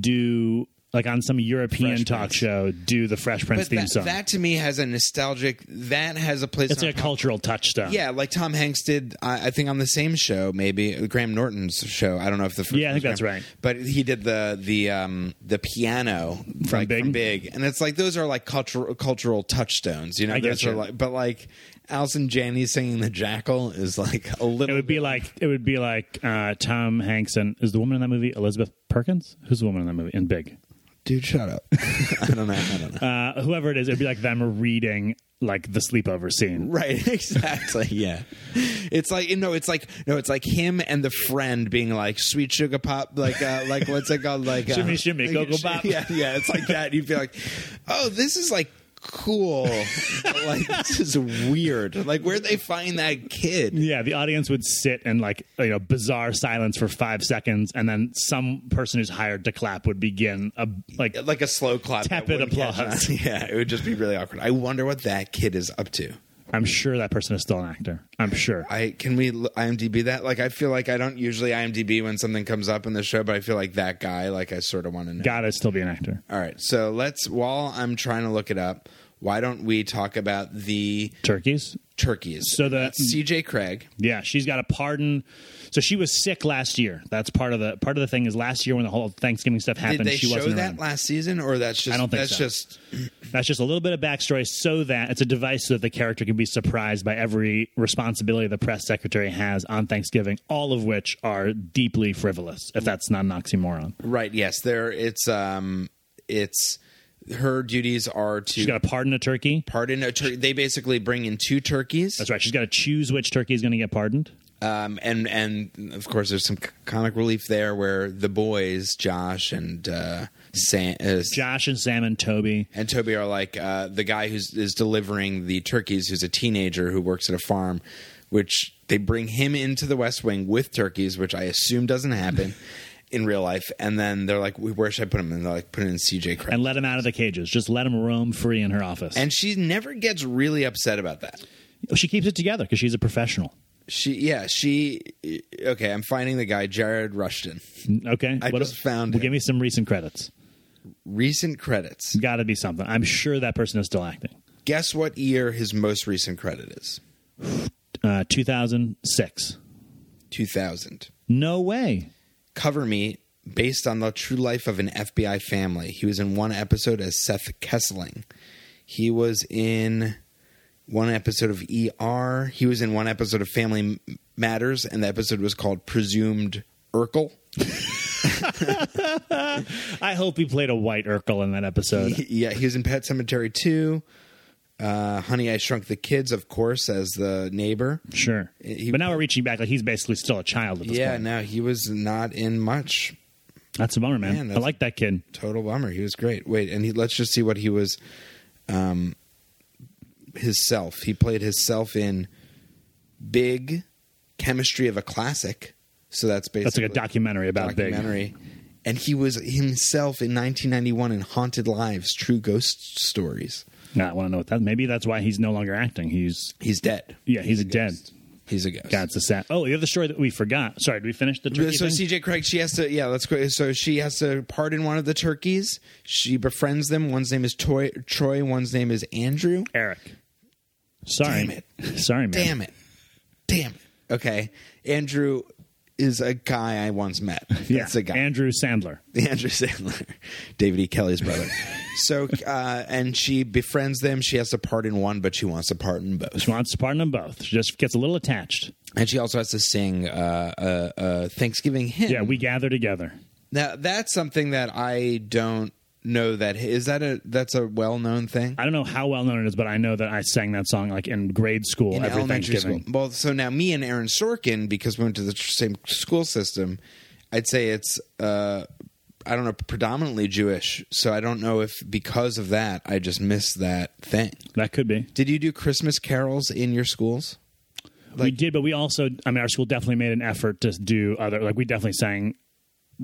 C: do like on some European
A: Fresh
C: talk
A: Prince.
C: show do the Fresh Prince
A: But
C: theme
A: that,
C: song.
A: that to me has a nostalgic. That has a place.
C: it's
A: in
C: like a
A: our
C: cultural touchstone.
A: Yeah, like Tom Hanks did, I, I think on the same show, maybe Graham Norton's show. I don't know if the first
C: Yeah, I
A: one
C: think
A: was
C: that's
A: Graham.
C: right.
A: But he did the the um, the piano
C: From
A: like,
C: Big?
A: from Big, and it's like those are like cultural cultural touchstones, you know.
C: I
A: those
C: getcha.
A: are like, but like Alison Janney singing the Jackal is like a
C: It
A: little.
C: would be like it would be like uh, Tom Hanks and is the woman in that movie Elizabeth Perkins? Who's the woman in that movie? In Big,
A: dude, shut up. I don't know. I don't know.
C: uh, whoever it is, it'd be like them reading like the sleepover scene.
A: Right, exactly. Yeah, it's like no, it's like no, it's like him and the friend being like sweet sugar pop, like uh, like what's it called, like uh,
C: Shimmy, shimmy, go, go, bop.
A: Yeah, yeah, it's like that. You'd be like, oh, this is like cool, But, like this is weird. Like where'd they find that kid?
C: Yeah, the audience would sit in like you know bizarre silence for five seconds, and then some person who's hired to clap would begin a like
A: Like a slow clap, that
C: Tepid
A: wouldn't catch
C: applause.
A: on. Yeah, it would just be really awkward. I wonder what that kid is up to.
C: I'm sure that person is still an actor. I'm sure.
A: I can we l- IMDb that? Like I feel like I don't usually IMDb when something comes up in the show, but I feel like that guy. Like I sort of want to know.
C: Gotta still be an actor.
A: All right. So let's, while I'm trying to look it up, why don't we talk about the
C: Turkeys.
A: turkeys?
C: So the-
A: CJ Craig.
C: Yeah, she's got a pardon. So she was sick last year. That's part of the part of the thing is last year when the whole Thanksgiving stuff happened,
A: Did they
C: she
A: show
C: wasn't
A: that
C: around.
A: last season, or that's just
C: I don't think
A: that's
C: so.
A: just
C: That's just a little bit of backstory so that it's a device so that the character can be surprised by every responsibility the press secretary has on Thanksgiving, all of which are deeply frivolous, if that's not an oxymoron.
A: right? Yes, there. It's um, it's her duties are
C: She's
A: to
C: got to pardon a turkey.
A: pardon a turkey. They basically bring in two turkeys.
C: That's right. She's got to choose which turkey is going to get pardoned.
A: Um, and and of course, there's some c- comic relief there where the boys, Josh and uh, Sam, uh,
C: Josh and Sam and Toby.
A: and Toby are like uh, the guy who's is delivering the turkeys, who's a teenager who works at a farm, which they bring him into the West Wing with turkeys, which I assume doesn't happen in real life. And then they're like, "Where should I put him?" And they're like, "Put it in CJ Craig."
C: And
A: And,
C: let him out of the cages. Just let him roam free in her office.
A: she never gets really upset about that.
C: she keeps it together because she's a professional.
A: She, yeah, she. Okay, I'm finding the guy, Jared Rushton.
C: Mm, Okay,
A: I just found
C: Well,
A: it.
C: give me some recent credits.
A: Recent credits.
C: Got to be something. I'm sure that person is still acting.
A: Guess what year his most recent credit is?
C: Uh, 2006.
A: 2000.
C: No way.
A: Cover Me, based on the true life of an FBI family. He was in one episode as Seth Kesseling. He was in one episode of E ER. He was in one episode of Family M- Matters, and the episode was called Presumed Urkel.
C: I hope he played a white Urkel in that episode.
A: yeah, he was in Pet Cemetery 2. Uh, Honey, I Shrunk the Kids, of course, as the neighbor.
C: Sure,
A: He-
C: but now we're reaching back. Like he's basically still a child at this
A: Yeah,
C: point.
A: no, he was not in much.
C: That's a bummer,
A: Man,
C: man. I
A: that's-
C: like that kid.
A: Total bummer. He was great. Wait, and he, let's just see what he was. Um, his self. He played his self in Big Chemistry of a Classic. So that's basically
C: That's like a documentary about Big.
A: documentary. And he was himself in 1991 in Haunted Lives: True Ghost Stories.
C: Yeah, I want to know what that. Maybe that's why he's no longer acting. He's
A: He's dead.
C: yeah, he's, dead.
A: He's a ghost.
C: God, it's a sad. Oh, the other story that we forgot. Sorry, did we finish the turkey
A: so
C: thing?
A: CJ Craig, she has to yeah, let's go. So she has to pardon one of the turkeys. She befriends them. One's name is Toy, Troy. One's name is Andrew.
C: Eric. Sorry,
A: Damn it.
C: sorry, man.
A: Damn it! Damn it! Okay, Andrew is a guy I once met.
C: Yeah,
A: That's a guy.
C: Andrew Sandler.
A: Andrew Sandler, David E. Kelly's brother. so, uh, and she befriends them. She has to pardon one, but she wants to pardon both.
C: She wants to pardon them both. She just gets a little attached.
A: And she also has to sing uh, uh, uh, Thanksgiving hymn.
C: Yeah, we gather together.
A: Now that's something that I don't know. That is that a that's a well known thing.
C: I don't know how well known it is, but I know that I sang that song like in grade school every Thanksgiving.
A: school. Well, so now me and Aaron Sorkin, because we went to the tr- same school system, I'd say it's uh, I don't know predominantly Jewish. So I don't know if because of that I just missed that thing.
C: That could be.
A: Did you do Christmas carols in your schools?
C: we did, but we also, I mean, our school definitely made an effort to do other, like, we definitely sang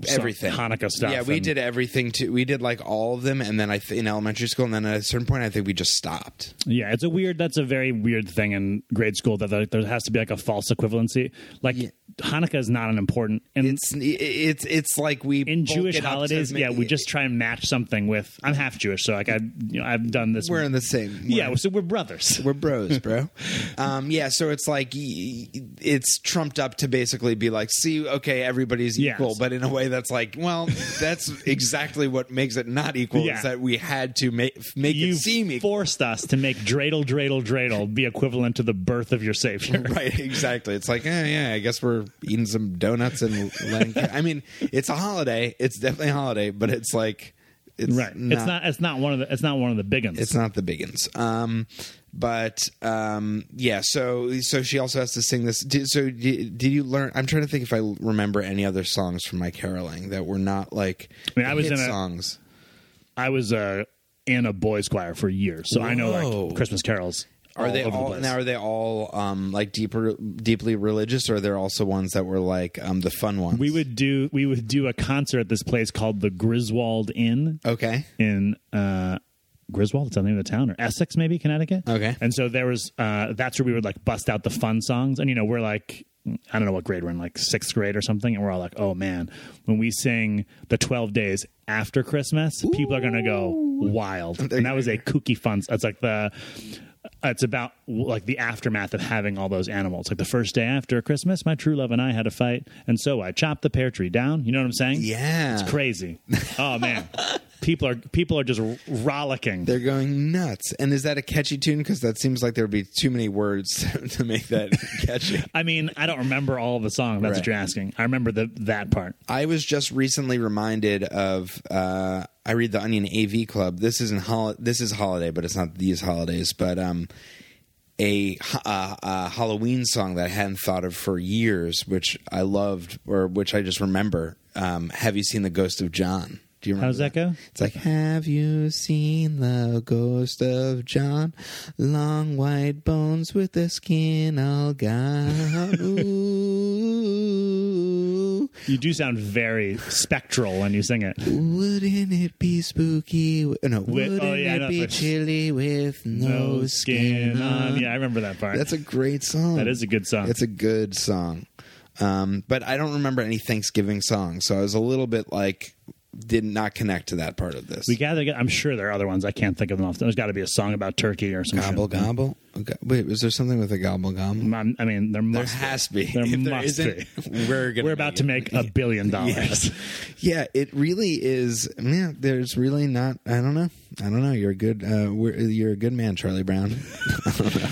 C: some
A: Everything,
C: Hanukkah stuff.
A: Yeah, we
C: and-
A: did everything too. We did like all of them, and then I th- in elementary school, and then at a certain point, I think we just stopped.
C: Yeah, it's a weird, that's a very weird thing in grade school that there, there has to be like a false equivalency. Like, Hanukkah is not an important, and
A: It's it's it's like we
C: in
A: bulk
C: Jewish
A: it up to
C: holidays,
A: ma-
C: yeah, we just try and match something with, I'm half Jewish, so like, I, you know, I've done this.
A: we're in the same. we're
C: yeah, so we're brothers.
A: We're bros, bro. um, yeah, so it's like y- y- it's trumped up to basically be like, see, okay, everybody's
C: Yes.
A: equal, but in a way that's like, well, that's exactly what makes it not equal
C: Yeah.
A: is that we had to make make
C: you
A: it seem equal.
C: forced us to make dreidel, dreidel, dreidel be equivalent to the birth of your savior.
A: Right, exactly. It's like, eh, yeah, I guess we're eating some donuts and letting. I mean, it's a holiday. It's definitely a holiday, but it's like, it's
C: right. it's not. It's not one of the. It's not one of the big ones.
A: It's not the big uns. Um, but um, yeah, so so she also has to sing this. Did, so did, did you learn? I'm trying to think if I remember any other songs from my caroling that were not like
C: I mean, I was
A: hit
C: in a-
A: songs.
C: I was uh, in a boys' choir for years, so I know
A: Whoa.
C: like Christmas carols.
A: Are
C: all
A: they
C: over
A: all
C: the place.
A: now? Are they all um, like deeper, deeply religious, or are there also ones that were like um, the fun ones?
C: we would do we would do a concert at this place called the Griswold Inn
A: okay.
C: in uh, Griswold. It's the name of the town, or Essex, maybe Connecticut.
A: Okay.
C: and so there was uh, that's where we would like bust out the fun songs, and you know we're like. I don't know what grade we're in, like sixth grade or something, and we're all like, "Oh man!" When we sing the twelve days after Christmas, people are gonna go wild. And that was a kooky fun. It's like the it's about like the aftermath of having all those animals. Like the first day after Christmas, my true love and I had a fight, and so I chopped the pear tree down. You know what I'm saying?
A: Yeah.
C: it's crazy. Oh man, people are people are just rollicking.
A: They're going nuts. And is that a catchy tune? Because that seems like there would be too many words to make that catchy.
C: I mean, I don't remember all of the song. if That's
A: Right.
C: what you're asking. I remember the that part.
A: I was just recently reminded of. Uh, I read the Onion AV Club. This isn't hol- this is holiday, but it's not these holidays. But um, a ha- uh, uh, Halloween song that I hadn't thought of for years, which I loved, or which I just remember. Um, Have you seen the Ghost of John? Do you remember?
C: How's that go?
A: It's like, have you seen the ghost of John? Long white bones with the skin all gone. Ooh.
C: You do sound very spectral when you sing it.
A: Wouldn't it be spooky? w- No, wouldn't
C: With- oh, yeah,
A: it
C: no,
A: be
C: but-
A: chilly with no, skin, on?
C: Yeah, I remember that part.
A: That's a great song.
C: That is a good song.
A: It's a good song. Um, but I don't remember any Thanksgiving songs, so I was a little bit like, did not connect to that part of this.
C: we gather. I'm sure there are other ones. I can't think of them off. There's got to be a song about turkey or something.
A: gobble gobble. Okay. Wait, was there something with a gobble gobble?
C: I'm- Um, I mean, there
A: There
C: must
A: has to be.
C: There
A: If
C: must
A: isn't, We're gonna
C: We're about to make a billion dollars.
A: Yeah, it really is. Man, there's really not. I don't know. I don't know. You're a good. Uh, we're, you're a good man, Charlie Brown.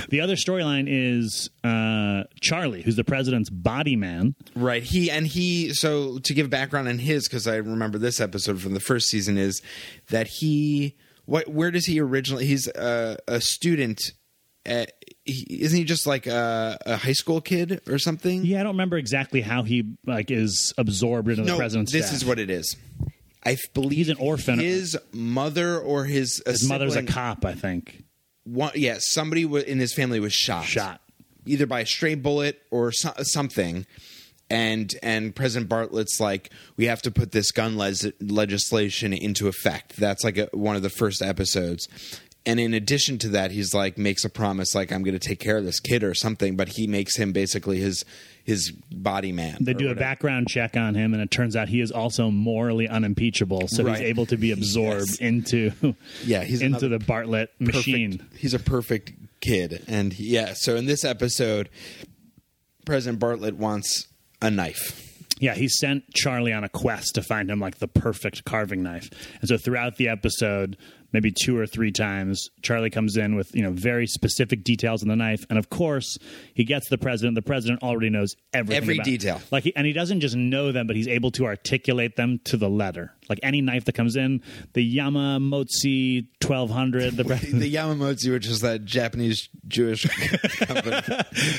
C: The other storyline is uh, Charlie, who's the president's body man.
A: Right. He and he. So to give background on his, because I remember this episode from the first season, is that he. What? Where does he originally? He's a, a student. At, he, isn't he just like a, a high school kid or something?
C: Yeah, I don't remember exactly how he like is absorbed into
A: No,
C: the president's.
A: this
C: staff.
A: is what it is. I f- believe
C: He's an orphan.
A: His mother or his a
C: his mother's a
A: sibling-
C: cop, I think.
A: One, yeah, somebody wa in his family was shot.
C: Shot.
A: either by a stray bullet or so- something. And and President Bartlett's like, we have to put this gun les- legislation into effect. That's like a, one of the first episodes. And in addition to that, he's like makes a promise like I'm going to take care of this kid or something. But he makes him basically his his body man.
C: They
A: or
C: do a
A: whatever.
C: background check on him, and it turns out he is also morally unimpeachable, so
A: Right.
C: he's able to be absorbed
A: Yes.
C: into
A: Yeah, he's
C: into
A: another
C: the Bartlett machine.
A: perfect- He's a perfect kid, and he- yeah. So in this episode, President Bartlett wants a knife.
C: Yeah, he sent Charlie on a quest to find him like the perfect carving knife. And so throughout the episode, maybe two or three times, Charlie comes in with, you know, very specific details on the knife. And of course, he gets the president. The president already knows everything.
A: Every
C: about-
A: detail.
C: Like he, and he doesn't just know them, but he's able to articulate them to the letter. Like any knife that comes in, the Yamamotsi twelve hundred, the president
A: The Yamamotsu, which is that Japanese Jewish company,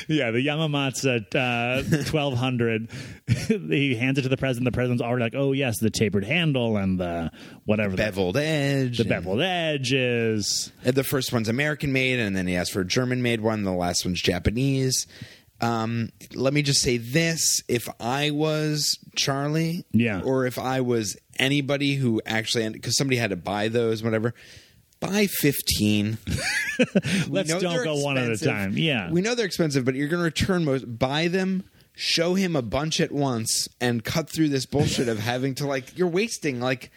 C: Yeah, the Yamamatsu uh, twelve hundred. he hands it to the president. The president's already like, "Oh yes, the tapered handle and the whatever the-
A: beveled edge.
C: the, beveled edges."
A: And Uh, the first one's American made, and then he asked for a German made one. The last one's Japanese. Um, let me just say this: if I was Charlie,
C: Yeah.
A: or if I was anybody who actually, because somebody had to buy those, whatever. Buy fifteen. We
C: Let's
A: know
C: don't
A: they're
C: go one at a
A: expensive.
C: time. Yeah,
A: We know they're expensive, but you're going to return most. Buy them, show him a bunch at once, and cut through this bullshit of having to, like, you're wasting, like,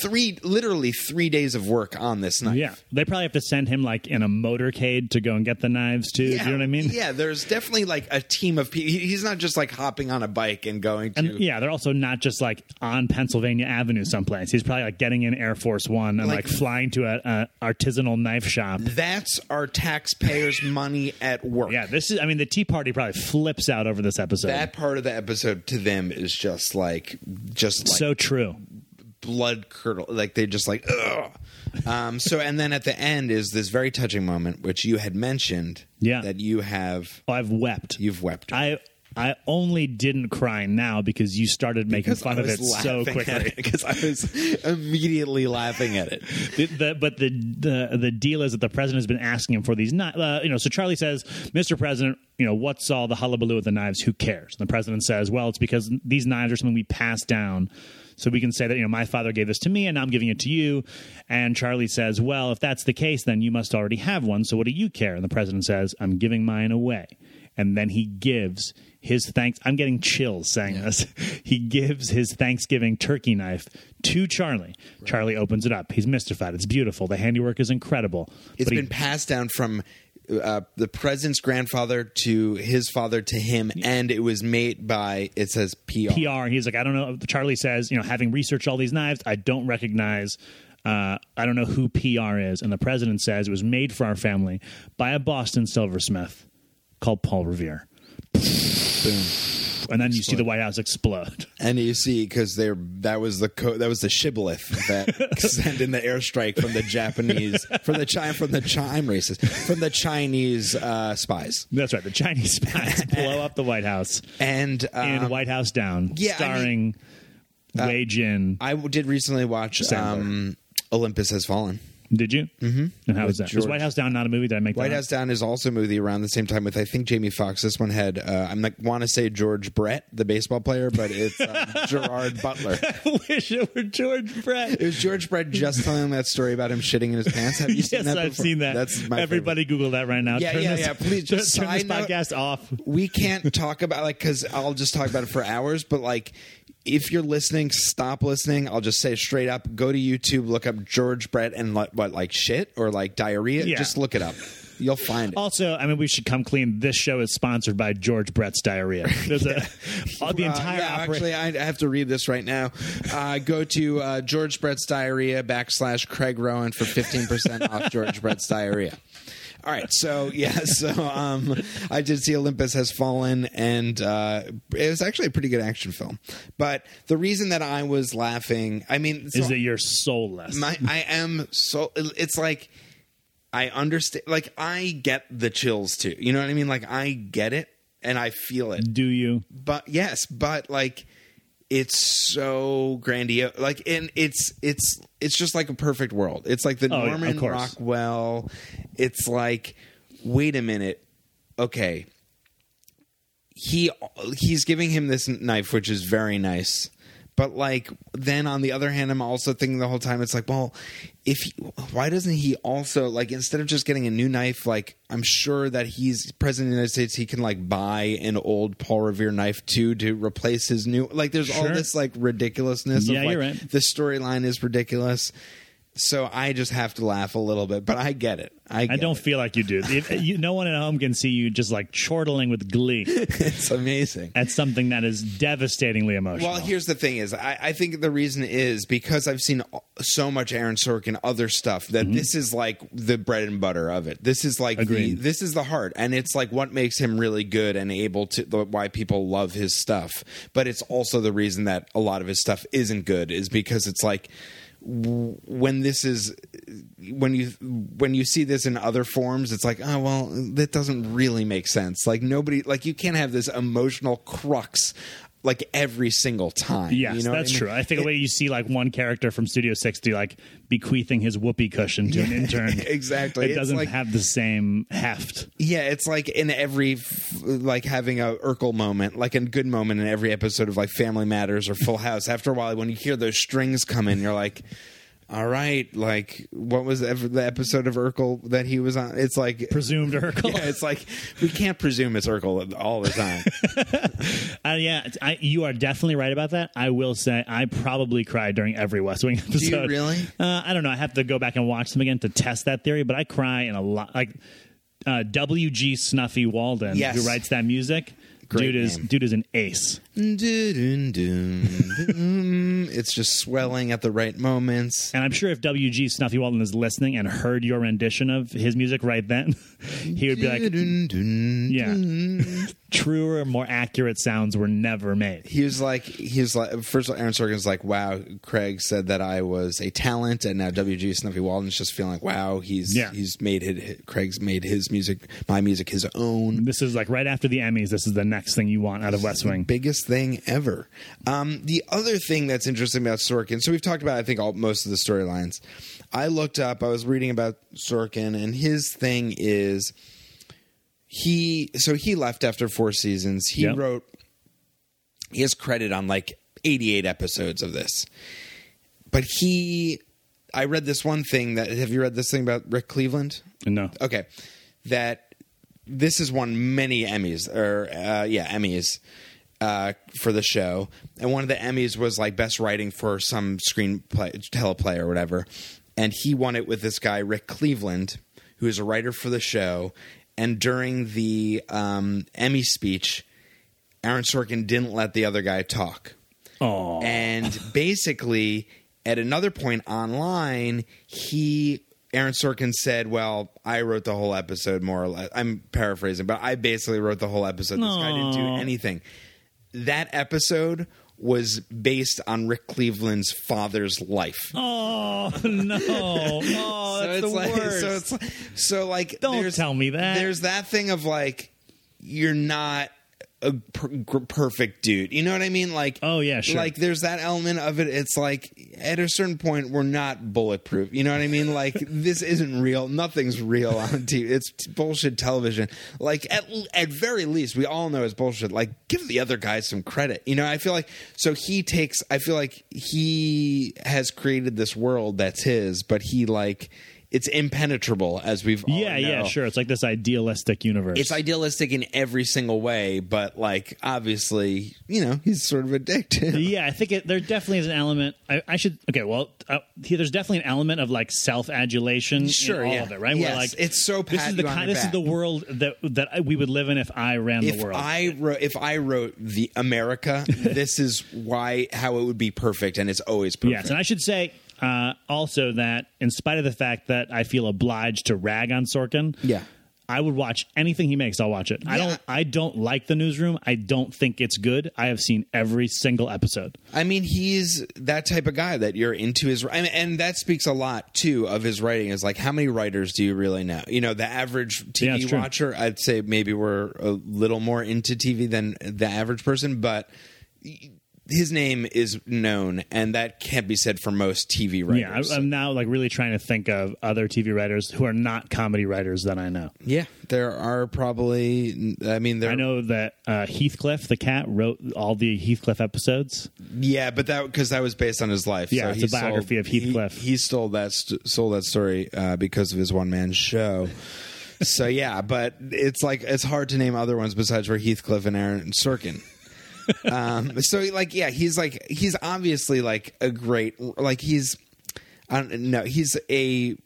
A: three, literally three days of work on this knife.
C: yeah. They probably have to send him like in a motorcade to go and get the knives too. Do you know what I mean?
A: Yeah, there's definitely like a team of people. He's not just like hopping on a bike and going to.
C: And yeah, they're also not just like on Pennsylvania Avenue someplace. He's probably like getting in Air Force One and
A: Like-
C: like, flying to a, a artisanal knife shop.
A: That's our taxpayers' money at work.
C: Yeah, this is. I mean, the Tea Party probably flips out over this episode.
A: That part of the episode to them is just like, just like
C: so true.
A: blood curdle like they just like ugh. Um, so and then at the end is this very touching moment which you had mentioned
C: Yeah.
A: that you have
C: Oh, I've wept.
A: you've wept
C: I I only didn't cry now because you started making fun of it so quickly.
A: because I was immediately laughing at it
C: The- the- but the, the the deal is that the president has been asking him for these knives. Uh, you know, so Charlie says, "Mr. President, you know, what's all the hullabaloo with the knives? Who cares?" And the president says, "Well, it's because these knives are something we passed down." So we can say that you know my father gave this to me and I'm giving it to you, and Charlie says, "Well, if that's the case, then you must already have one. So what do you care?" And the president says, "I'm giving mine away," and then he gives his thanks. I'm getting chills saying this. He gives his Thanksgiving turkey knife to Charlie. Charlie opens it up. He's mystified. It's beautiful. The handiwork is incredible.
A: It's
C: But he-
A: been passed down from uh, the president's grandfather to his father to him and it was made by it says PR,
C: PR. He's like, I don't know. Charlie says, you know, having researched all these knives, I don't recognize. Uh, I don't know who PR is. And the president says it was made for our family by a Boston silversmith called Paul Revere.
A: Boom.
C: And then you see the White House explode.
A: and you see because they that was the co- that was the shibboleth that sent in the airstrike from the Japanese from the China from the Chime races from the Chinese uh, spies
C: That's right. The Chinese spies blow up the White House.
A: and
C: in
A: um,
C: White House Down,
A: yeah, I uh,
C: starring Wei Jin.
A: I did recently watch
C: Sandler.
A: um, Olympus Has Fallen.
C: Did you? Mm-hmm. And how was that? Was
A: George.
C: White House Down not a movie? Did I make
A: White
C: that? up?
A: House Down is also a movie around the same time with I think Jamie Foxx. This one had uh, I'm like want to say George Brett, the baseball player, but it's uh, Gerard Butler.
C: I wish it were George Brett.
A: It was George Brett just telling that story about him shitting in his pants. Have you
C: yes,
A: seen that?
C: I've
A: before?
C: seen that.
A: That's my favorite.
C: Everybody Google that right now.
A: Yeah,
C: turn
A: yeah,
C: this,
A: yeah, please,
C: turn,
A: just
C: turn this
A: side note-
C: podcast off.
A: we can't talk about like because I'll just talk about it for hours. But like, if you're listening, stop listening. I'll just say straight up: go to YouTube, look up George Brett and like, what like shit or like diarrhea.
C: Yeah.
A: Just look it up. You'll find it.
C: Also, I mean, we should come clean. This show is sponsored by George Brett's Diarrhea. There's a all, the
A: Uh,
C: entire
A: yeah,
C: opera-
A: actually, I I have to read this right now. Uh, go to uh, George Brett's Diarrhea backslash Craig Rowan for fifteen percent off George Brett's Diarrhea. All right, so yeah, so um, I did see Olympus Has Fallen, and uh, it was actually a pretty good action film. But the reason that I was laughing, I mean, so
C: is that you're soulless.
A: my I am so it's like I understand like I get the chills too. You know what I mean? Like I get it and I feel it.
C: Do you?
A: But yes, but like it's so grandiose like and it's it's it's just like a perfect world. It's like the
C: Oh, yeah, of
A: Norman
C: course.
A: Rockwell. It's like wait a minute. Okay. He he's giving him this knife which is very nice. But like then on the other hand I'm also thinking the whole time it's like well if he, why doesn't he also like instead of just getting a new knife like I'm sure that he's president of the United States he can like buy an old Paul Revere knife too to replace his new like there's all
C: Sure.
A: this like ridiculousness
C: Yeah,
A: of like
C: you're right.
A: the storyline is ridiculous. So I just have to laugh a little bit, but I get it. I,
C: I
A: get
C: don't
A: it.
C: feel like you do. If, you, no one at home can see you just like chortling with glee
A: It's amazing.
C: at something that is devastatingly emotional.
A: Well, here's the thing: is I, I think the reason is because I've seen so much Aaron Sorkin other stuff that
C: Mm-hmm.
A: this is like the bread and butter of it. This is like the,
C: Agreed.
A: this is the heart, and it's like what makes him really good and able to the, why people love his stuff. But it's also the reason that a lot of his stuff isn't good is because it's like w- when this is when you when you see this in other forms it's like oh well that doesn't really make sense like nobody like you can't have this emotional crux like every single time
C: Yes,
A: you know what
C: that's
A: I mean?
C: true. I think the way you see like one character from Studio 60 like bequeathing his whoopee cushion to an intern.
A: exactly.
C: It
A: It's
C: doesn't
A: like-
C: have the same heft.
A: Yeah, it's like in every f- like having a Urkel moment, like a good moment in every episode of like Family Matters or Full House. After a while, when you hear those strings come in, you're like, "All right, like what was the ev- the episode of Urkel that he was on?" It's like,
C: Presumed Urkel.
A: yeah, it's like we can't presume it's Urkel all the time.
C: Uh, yeah, it's- I, you are definitely right about that. I will say I probably cried during every West Wing episode.
A: really?
C: Uh, I don't know. I have to go back and watch them again to test that theory, but I cry in a lot. Like uh, W.G. Snuffy Walden,
A: Yes.
C: who writes that music.
A: Great
C: dude is
A: name.
C: dude is an ace.
A: Dun-dun-dun-dun. it's just swelling at the right moments.
C: And I'm sure if W.G. Snuffy Walden is listening and heard your rendition of his music right then, he would be like,
A: Dun-dun-dun.
C: yeah. Truer, more accurate sounds were never made.
A: he was like he was like first of all Aaron Sorkin's like wow Craig said that I was a talent and now WG Snuffy Walden's just feeling like wow he's
C: Yeah.
A: he's made it Craig's made his music my music his own
C: This is like right after the Emmys. This is the next thing you want out of West Wing.
A: biggest thing ever um, the other thing that's interesting about Sorkin so we've talked about I think all, most of the storylines I looked up I was reading about Sorkin and his thing is he so he left after four seasons he
C: Yep.
A: wrote he has credit on like 88 episodes of this but he i read this one thing that have you read this thing about rick cleveland
C: No.
A: okay that this has won many emmys or uh, yeah emmys uh, for the show and one of the emmys was like best writing for some screenplay teleplay or whatever and he won it with this guy rick cleveland who is a writer for the show and during the um, emmy speech aaron sorkin didn't let the other guy talk
C: Oh.
A: and basically, at another point online, he Aaron Sorkin said, "Well, I wrote the whole episode more or less. I'm paraphrasing, but I basically wrote the whole episode. This guy didn't do
C: Aw.
A: anything. That episode was based on Rick Cleveland's father's life."
C: Oh no! Oh, that's the
A: like,
C: worst.
A: So it's like, so like,
C: Don't
A: there's-
C: tell me that.
A: There's that thing of like, you're not a per- gr- perfect dude. You know what I mean? Like,
C: Oh, yeah, sure.
A: Like, there's that element of it. It's like at a certain point, we're not bulletproof. You know what I mean? Like, this isn't real. Nothing's real on TV. It's t- bullshit television. Like, at l- at very least, we all know it's bullshit. Like, give the other guys some credit. You know, I feel like so he takes. I feel like he has created this world that's his, but he like it's impenetrable as we've all
C: yeah, yeah,
A: know.
C: sure. It's like this idealistic universe.
A: Oh, It's idealistic in every single way, but like obviously, you know, he's sort of addicted.
C: yeah, I think it, there definitely is an element. I, I should okay. Well, uh, here, there's definitely an element of like self-adulation.
A: Sure,
C: in all
A: yeah.
C: of it, right?
A: Yes,
C: Where like
A: it's so
C: this
A: pat
C: is the
A: you on
C: kind.
A: the
C: This
A: back.
C: is the world that that I, we would live in if I ran
A: if
C: the world.
A: I wrote, if I wrote the America, this is why how it would be perfect, and it's always perfect.
C: Yes, and I should say uh, also that in spite of the fact that I feel obliged to rag on Sorkin,
A: Yeah.
C: I would watch anything he makes. I'll watch it. I
A: Yeah.
C: don't. I don't like the newsroom. I don't think it's good. I have seen every single episode.
A: I mean, he's that type of guy that you're into his, I mean, and that speaks a lot too of his writing. Is like, how many writers do you really know? You know, the average
C: Yeah,
A: TV
C: it's true.
A: watcher, I'd say maybe we're a little more into TV than the average person, but his name is known, and that can't be said for most TV
C: Yeah,
A: writers.
C: I, I'm now like really trying to think of other TV writers who are not comedy writers that I know.
A: yeah, there are probably. I mean, there.
C: I know that uh, Heathcliff the cat wrote all the Heathcliff episodes.
A: Yeah, but that because that was based on his life.
C: Yeah,
A: so
C: it's
A: he
C: a biography
A: sold-
C: of Heathcliff.
A: He, he stole that st- sold that story uh, because of his one man show. so yeah, but it's like it's hard to name other ones besides for Heathcliff and Aaron Sorkin. um, so like yeah, he's like he's obviously like a great like he's I don't know he's a,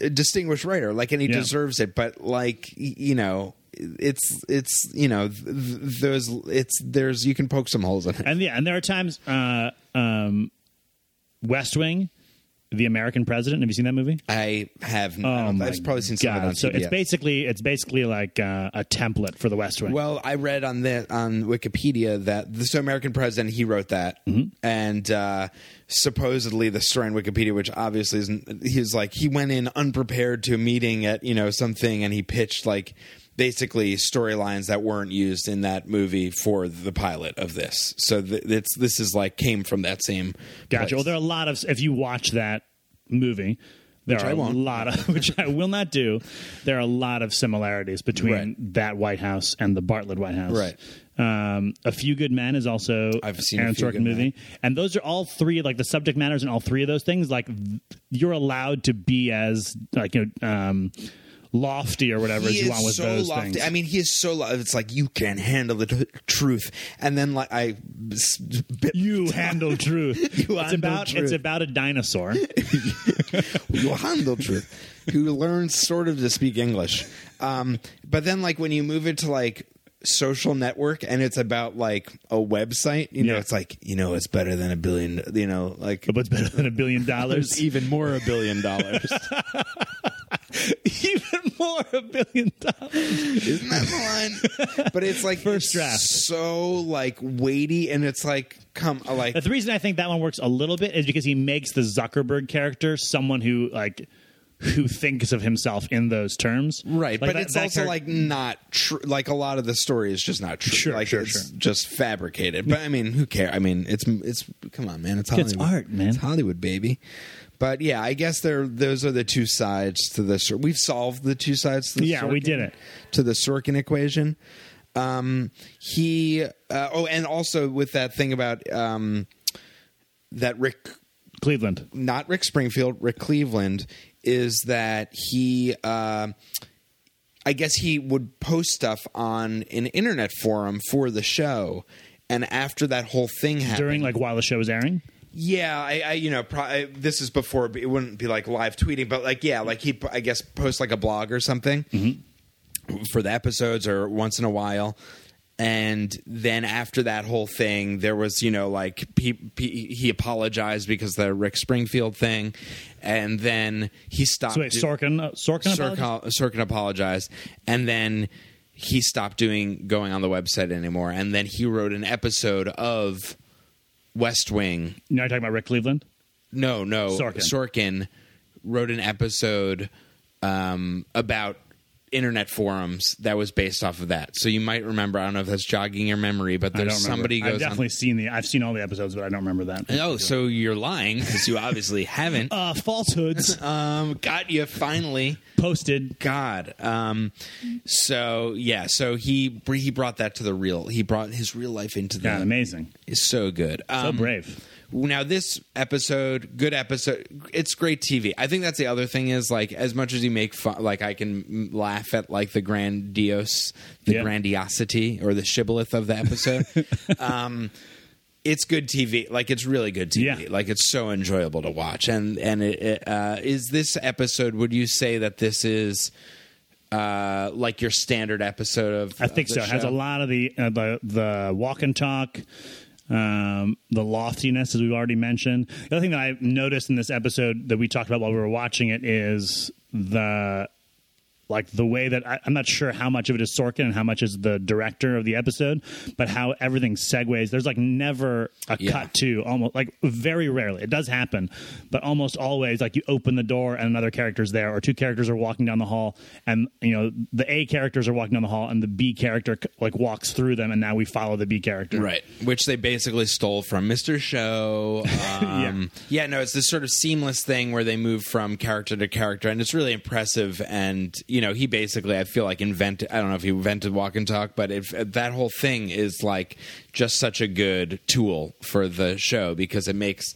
A: a distinguished writer like and he
C: Yeah.
A: deserves it, but like y- you know. It's it's you know th- th- those it's there's you can poke some holes in it.
C: And yeah, and there are times. Uh, um, West Wing, the American President. Have you seen that movie?
A: I have.
C: Oh
A: Not.
C: my
A: I've probably seen some of it
C: God.
A: on
C: so it's
A: TBS.
C: basically it's basically like uh, a template for the West Wing.
A: Well, I read on the on Wikipedia that this American president he wrote that,
C: Mm-hmm.
A: and uh, supposedly the story on Wikipedia, which obviously isn't, he's like he went in unprepared to a meeting at you know something, and he pitched like basically storylines that weren't used in that movie for the pilot of this. So th- it's this is like came from that same.
C: gotcha.
A: place.
C: Well, there are a lot of if you watch that movie. There
A: Which
C: are
A: I won't.
C: a lot of which I will not do. There are a lot of similarities between
A: Right.
C: that White House and the Bartlett White House.
A: Right.
C: Um, a Few Good Men is also
A: I've seen A
C: Aaron
A: Few
C: Sorkin
A: Good
C: movie,
A: Men.
C: and those are all three like the subject matters in all three of those things. Like th- you're allowed to be as like you know um, lofty or whatever as
A: He
C: you want
A: is
C: with
A: so
C: those
A: lofty.
C: things.
A: I mean, he is so lofty. It's like you can handle the t- truth, and then like I s- bit
C: You handle truth. it's
A: handle
C: about
A: truth.
C: it's about a dinosaur.
A: Johan Truth, who learns sort of to speak English. Um, but then, like, when you move it to like social network and it's about like a website, you know,
C: Yeah.
A: it's like, you know, it's better than a billion, you know, like
C: What's better than a billion dollars?
A: even more a billion dollars.
C: Even more a billion dollars.
A: Isn't that the line? But it's like
C: First
A: it's
C: draft.
A: so like weighty and it's like, come, like,
C: The reason I think that one works a little bit is because he makes the Zuckerberg character someone who like who thinks of himself in those terms.
A: Right,
C: Like,
A: but
C: that-
A: it's
C: that
A: also like
C: character-
A: not true. Like a lot of the story is just not true.
C: Sure,
A: like
C: sure,
A: it's
C: sure.
A: just fabricated. But I mean, who cares? I mean, it's it's come on, man. It's Hollywood.
C: It's art, man.
A: It's Hollywood, baby. But yeah, I guess there those are the two sides to the. Sor- We've solved the two sides. To the
C: Yeah, we
A: Sorkin-
C: did it.
A: to the Sorkin equation. Um, he uh, oh, and also with that thing about um, that Rick
C: Cleveland.
A: not Rick Springfield, Rick Cleveland, is that he, uh, I guess he would post stuff on an internet forum for the show. And after that whole thing happened,
C: During like while the show was airing,
A: yeah, I, I you know, pro- I- this is before it wouldn't be like live tweeting, but like yeah, like he I guess post like a blog or something
C: Mm-hmm.
A: for the episodes or once in a while. And then after that whole thing, there was you know like pe- pe- he apologized because of the Rick Springfield thing, and then he stopped.
C: so wait,
A: do-
C: Sorkin, uh, Sorkin,
A: Sorkin,
C: apologized?
A: Sorkin apologized, and then he stopped doing going on the website anymore. And then he wrote an episode of West Wing
C: Now you're talking about Rick Cleveland.
A: no, no.
C: Sorkin.
A: Sorkin wrote an episode um, about internet forums that was based off of that. So you might remember. I don't know if that's jogging your memory, but
C: I don't
A: there's
C: remember.
A: somebody
C: I've
A: goes.
C: definitely seen the. I've seen all the episodes, but I don't remember that.
A: on, oh, so you're lying because you obviously haven't.
C: Uh, falsehoods
A: Um, got you finally.
C: posted.
A: God. Um, so yeah. So he he brought that to the real. He brought his real life into
C: God,
A: that.
C: amazing.
A: It's so good.
C: So
A: Um,
C: brave.
A: now this episode, good episode, it's great TV. I think that's the other thing is like as much as you make fun, like I can laugh at like the grandiose, the
C: Yeah.
A: grandiosity or the shibboleth of the episode. um, it's good TV. Like it's really good TV.
C: Yeah.
A: Like it's so enjoyable to watch. And and it, it, uh, is this episode? Would you say that this is? Uh, like your standard episode of
C: I think
A: of
C: so.
A: the
C: It has a
A: show?
C: lot of the uh, the the walk and talk, um, the loftiness as we've already mentioned. The other thing that I noticed in this episode that we talked about while we were watching it is the like the way that I, I'm not sure how much of it is Sorkin and how much is the director of the episode, but how everything segues. There's like never a
A: Yeah.
C: cut to almost like very rarely. It does happen, but almost always like you open the door and another character's there, or two characters are walking down the hall, and you know the A characters are walking down the hall, and the B character like walks through them, and now we follow the B character.
A: Right, which they basically stole from Mr. Show. Um, yeah. no, it's this sort of seamless thing where they move from character to character, and it's really impressive. And you know, he basically, I feel like invented. I don't know if he invented walk and talk, but if that whole thing is like just such a good tool for the show because it makes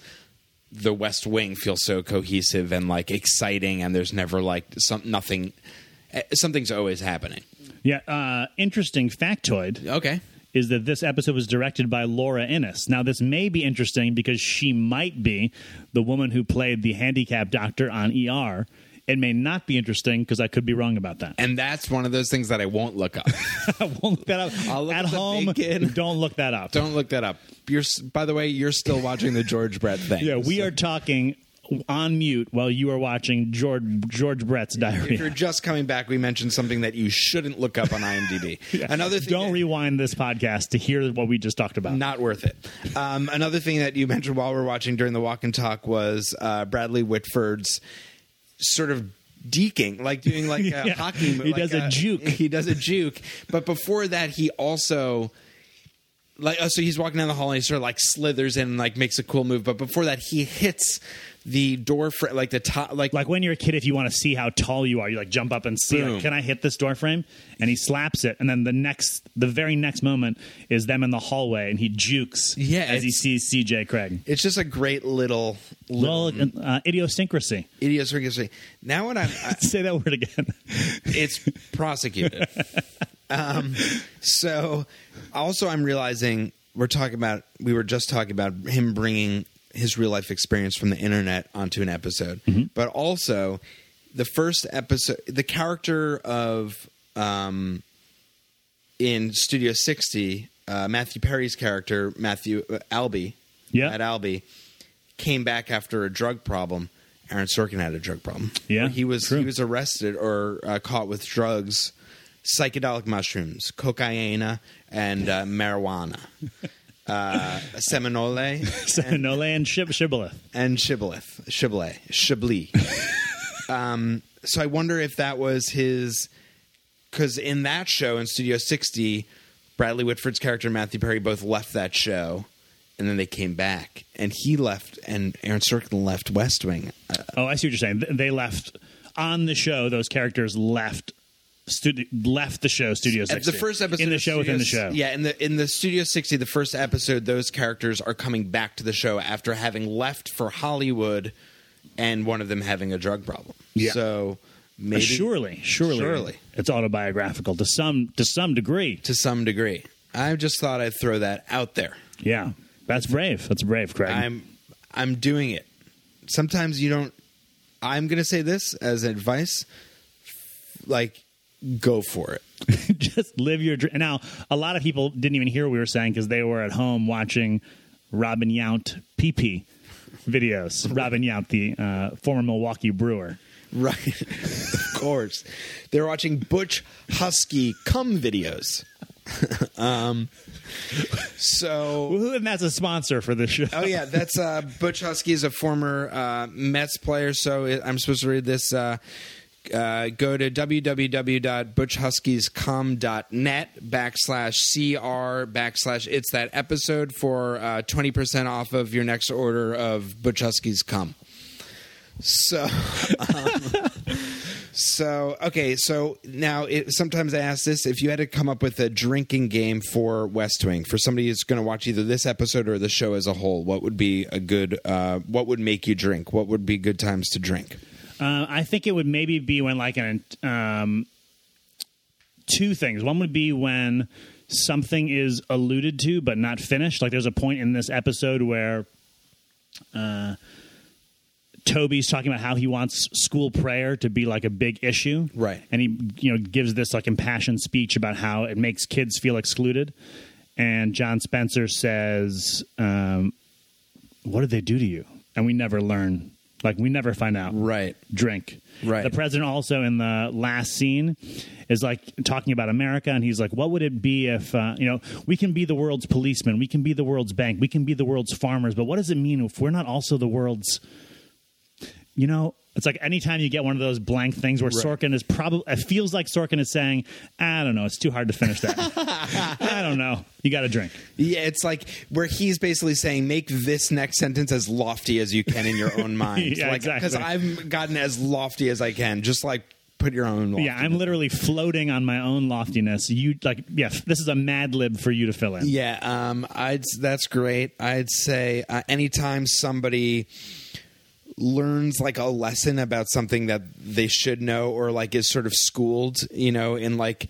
A: the West Wing feel so cohesive and like exciting, and there's never like some nothing. eh, Something's always happening.
C: Yeah. Uh, interesting factoid.
A: Okay.
C: is that this episode was directed by Laura Innes. Now, this may be interesting because she might be the woman who played the handicap doctor on ER. It may not be interesting because I could be wrong about that.
A: And that's one of those things that I won't look up.
C: I won't look that up.
A: I'll look
C: At
A: up the
C: home,
A: bacon.
C: don't look that up.
A: Don't look that up. You're, s- by the way, you're still watching the George Brett thing.
C: yeah, we are talking on mute while you are watching George George Brett's diary.
A: If you're just coming back, we mentioned something that you shouldn't look up on IMDb. Another thing
C: don't rewind this podcast to hear what we just talked about.
A: Not worth it. Um, another thing that you mentioned while we are watching during the walk and talk was uh, Bradley Whitford's sort of deking, like doing like a
C: Yeah.
A: hockey move.
C: He
A: like
C: does a juke.
A: He does a juke. But before that, he also. Like oh, so, he's walking down the hall and he sort of like slithers in and like makes a cool move. But before that, he hits the door fr- like the top, like
C: like when you're a kid, if you want to see how tall you are, you like jump up and see,
A: Boom.
C: like, can I hit this door frame? And he slaps it, and then the next, the very next moment is them in the hallway, and he jukes,
A: Yeah,
C: as he
A: it's-
C: sees CJ Craig.
A: It's just a great little little
C: Little uh, idiosyncrasy.
A: idiosyncrasy. Now when I'm, I,
C: Say that word again.
A: it's prosecuted. um, so also I'm realizing we're talking about we were just talking about him bringing his real life experience from the internet onto an episode, but also the first episode, the character of um, in Studio 60, uh, Matthew Perry's character, Matthew uh, Albee,
C: Yeah.
A: Matt Albee, came back after a drug problem. Aaron Sorkin had a drug problem.
C: Yeah,
A: he was
C: true.
A: he was arrested or uh, caught with drugs, psychedelic mushrooms, cocaine, and uh, marijuana, uh, Seminole, and,
C: Nole and Shib- Shibboleth.
A: and shibboleth, shibboleth, shibli. um, so I wonder if that was his, because in that show in Studio 60, Bradley Whitford's character and Matthew Perry both left that show, and then they came back, and he left, and Aaron Sorkin left West Wing. Uh,
C: Oh, I see what you're saying. Th- They left on the show. Those characters left. Studi- left the show Studio 60.
A: the first episode
C: in the
A: of
C: show within the
A: Studio-
C: show
A: Yeah, in the in the Studio 60, the first episode, those characters are coming back to the show after having left for Hollywood, and one of them having a drug problem.
C: Yeah.
A: So.
C: Uh,
A: Maybe,
C: surely surely
A: Surely.
C: it's autobiographical to some to some degree
A: to some degree. I just thought I'd throw that out there.
C: Yeah, that's brave. That's brave, Craig.
A: I'm I'm doing it. Sometimes you don't I'm going to say this as advice like go for it.
C: just live your dream. Now, a lot of people didn't even hear what we were saying because they were at home watching Robin Yount PP videos. Robin Yount, the uh, former Milwaukee Brewer.
A: Right. of course. They're watching Butch Husky cum videos. um so
C: Woohoo, And that's a sponsor for this show.
A: Oh yeah, that's uh, Butch Husky is a former uh, Mets player. So it- I'm supposed to read this. Uh, uh, go to www.butchhuskiescom.net backslash cr backslash it's that episode for uh, 20% off of your next order of Butch Huskies cum. So, um, So okay, so now it, sometimes I ask this: if you had to come up with a drinking game for West Wing for somebody who's going to watch either this episode or the show as a whole, what would be a good? Uh, what would make you drink? What would be good times to drink?
C: Uh, I think it would maybe be when like an um, two things. One would be when something is alluded to but not finished. Like there's a point in this episode where uh, Toby's talking about how he wants school prayer to be like a big issue,
A: Right.
C: And he you know gives this like impassioned speech about how it makes kids feel excluded. And John Spencer says, um, "What did they do to you?" And we never learn. Like we never find out
A: Right.
C: drink.
A: Right.
C: The president also in the last scene is like talking about America, and he's like, "What would it be if uh, you know we can be the world's policeman, we can be the world's bank, we can be the world's farmers, but what does it mean if we're not also the world's?" You know, it's like anytime you get one of those blank things where Sorkin is probably it feels like Sorkin is saying, "I don't know, it's too hard to finish that. I don't know, you got to drink."
A: Yeah, it's like where he's basically saying, make this next sentence as lofty as you can in your own mind.
C: Yeah, exactly.
A: Because I've gotten as lofty as I can. Just like put your own. Lofty.
C: Yeah, I'm literally floating on my own loftiness. You like, yeah, f- this is a Mad Lib for you to fill in.
A: Yeah, um, I'd that's great. I'd say uh, anytime somebody learns like a lesson about something that they should know or like is sort of schooled, you know, in like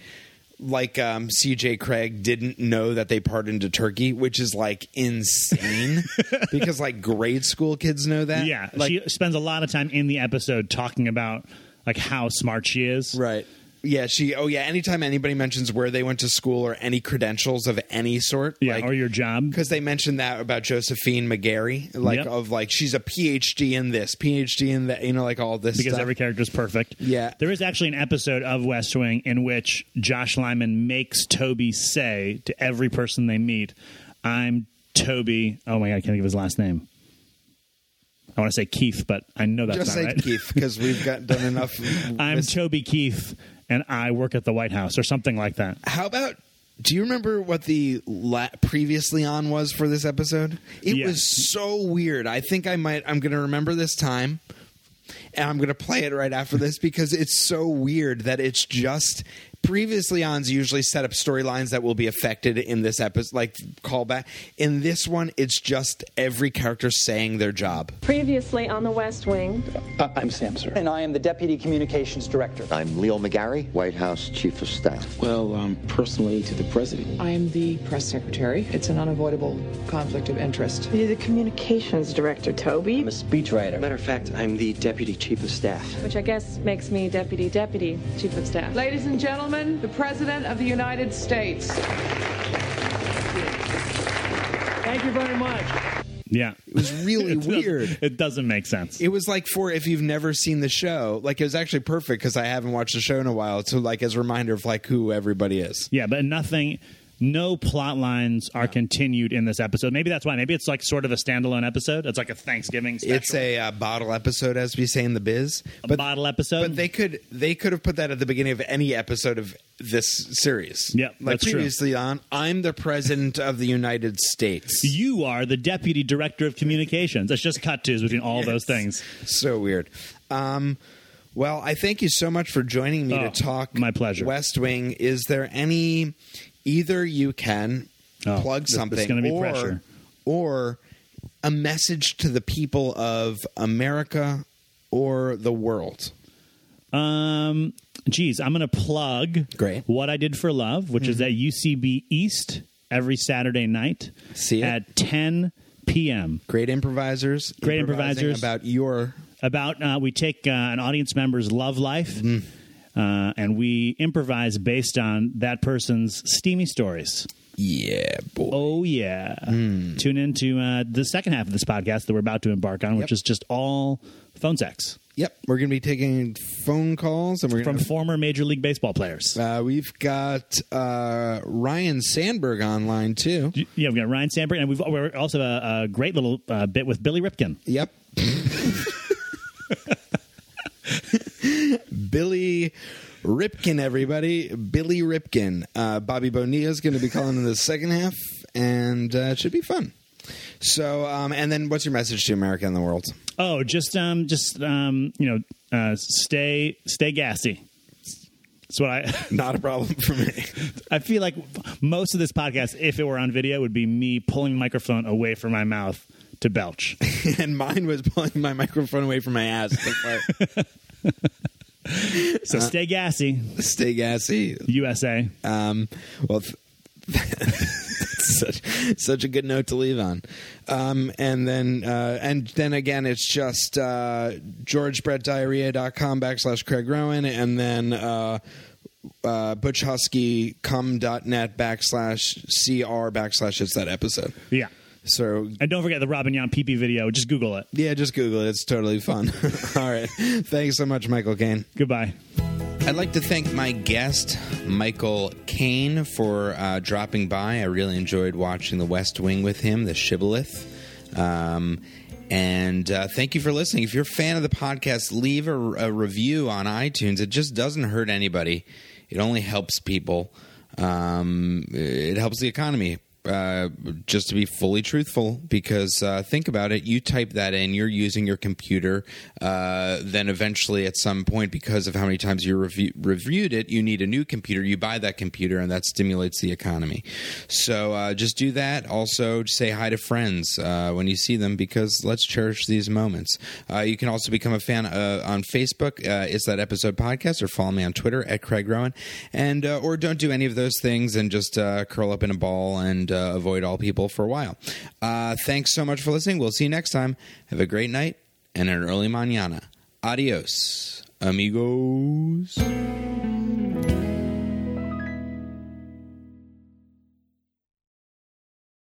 A: like um, CJ Craig didn't know that they pardoned a turkey, which is like insane because like grade school kids know that.
C: Yeah,
A: like
C: she spends a lot of time in the episode talking about like how smart she is.
A: Right. Yeah, she. Oh, yeah. Anytime anybody mentions where they went to school or any credentials of any sort,
C: Yeah, or your job.
A: because they mentioned that about Josephine McGarry, like
C: Yep.
A: of like she's a PhD in this, PhD in that, you know, like all this
C: Because
A: stuff.
C: every character is perfect.
A: Yeah.
C: There is actually an episode of West Wing in which Josh Lyman makes Toby say to every person they meet, I'm Toby. Oh my God, I can't think of his last name. I want to say Keith, but I know that's
A: just
C: not
A: say
C: right.
A: Keith because we've got done enough.
C: I'm Toby Keith, and I work at the White House or something like that.
A: How about? Do you remember what the la- previously on was for this episode? It
C: Yeah.
A: was so weird. I think I might. I'm going to remember this time, and I'm going to play it right after this because it's so weird that it's just previously on's usually set up storylines that will be affected in this episode, like callback. In this one, it's just every character saying their job.
F: Previously on the West Wing.
G: I'm Sam, sir.
H: And I am the Deputy Communications Director.
I: I'm Leo McGarry, White House Chief of Staff.
G: Well, um, personally to the president.
J: I am the press secretary. It's an unavoidable conflict of interest.
F: You're the communications director, Toby.
H: I'm a speechwriter.
K: Matter of fact, I'm the deputy chief of staff.
F: Which I guess makes me deputy deputy chief of staff.
J: Ladies and gentlemen, the President of the United States.
H: Thank you very much.
C: Yeah. It was
A: Really weird.
C: It doesn't make sense.
A: it was like for if you've never seen the show, like it was actually perfect because I haven't watched the show in a while. So like as a reminder of like who everybody is.
C: Yeah, but nothing. No plot lines are continued in this episode. Maybe that's why. Maybe it's like sort of a standalone episode. It's like a Thanksgiving. Special,
A: It's a uh, bottle episode, as we say in the biz.
C: a bottle episode.
A: But they could they could have put that at the beginning of any episode of this series.
C: Yeah,
A: like
C: that's true.
A: previously on. I'm the president of the United States.
C: you are the deputy director of communications. It's just cut twos between all those things.
A: so weird. Um, well, I thank you so much for joining me
C: Oh,
A: to talk.
C: my pleasure.
A: West Wing. Is there any? Either you can
C: Oh,
A: plug
C: this- this
A: something,
C: gonna be
A: or
C: pressure.
A: or a message to the people of America or the world.
C: Um, geez, I'm going to plug
A: Great. Mm-hmm.
C: what I did for love, which is at UCB East every Saturday night
A: See it?
C: at 10 p.m.
A: Great improvisers.
C: Great
A: improvising
C: improvisers.
A: about your
C: about uh, we take uh, an audience member's love life uh, and we improvise based on that person's steamy stories.
A: yeah boy.
C: Oh yeah! Tune into uh, the second half of this podcast that we're about to embark on,
A: Yep.
C: which is just all phone sex
A: Yep, we're going to be taking phone calls, and we're
C: from
A: gonna,
C: former Major League Baseball players.
A: uh, we've got uh, Ryan Sandberg online too.
C: yeah, we've got Ryan Sandberg, and we've we're also a, a great little uh, bit with Billy Ripkin.
A: Yep. Billy Ripkin, everybody. Billy Ripkin. Uh, Bobby Bonilla is going to be calling in the second half, and uh, it should be fun. So, um, and then what's your message to America and the world?
C: Oh, just um, just um, you know, Uh, stay stay gassy. That's what I.
A: Not a problem for me.
C: I feel like most of this podcast, if it were on video, would be me pulling the microphone away from my mouth to belch.
A: and mine was pulling my microphone away from my ass. to fart.
C: So stay gassy,
A: Stay gassy.
C: USA.
A: Um, well, th- such such a good note to leave on. Um, and then uh, and then again, it's just uh, georgebrettdiarrhea.com backslash Craig Rowan, and then uh, uh, butchhuskycom.net backslash cr backslash it's that episode.
C: Yeah.
A: So
C: And don't forget the Robin Yon pee pee video. Just Google it.
A: yeah, just Google it. It's totally fun. All right, thanks so much, Michael Kane.
C: Goodbye.
A: I'd like to thank my guest, Michael Kane, for uh, dropping by. I really enjoyed watching The West Wing with him, The Shibboleth. Um, and uh, thank you for listening. If you're a fan of the podcast, leave a, a review on iTunes. It just doesn't hurt anybody, it only helps people. Um, it helps the economy. Uh, just to be fully truthful, because uh, think about it, you type that in, you're using your computer. Uh, then eventually, at some point, because of how many times you review- reviewed it, you need a new computer. You buy that computer, and that stimulates the economy. So uh, just do that. Also, say hi to friends uh, when you see them, because let's cherish these moments. Uh, you can also become a fan uh, on Facebook. Uh, it's that episode podcast, or follow me on Twitter at Craig Rowan, and uh, or don't do any of those things and just uh, curl up in a ball and uh, avoid all people for a while. Uh, thanks so much for listening. We'll see you next time. Have a great night and an early mañana. Adios, amigos.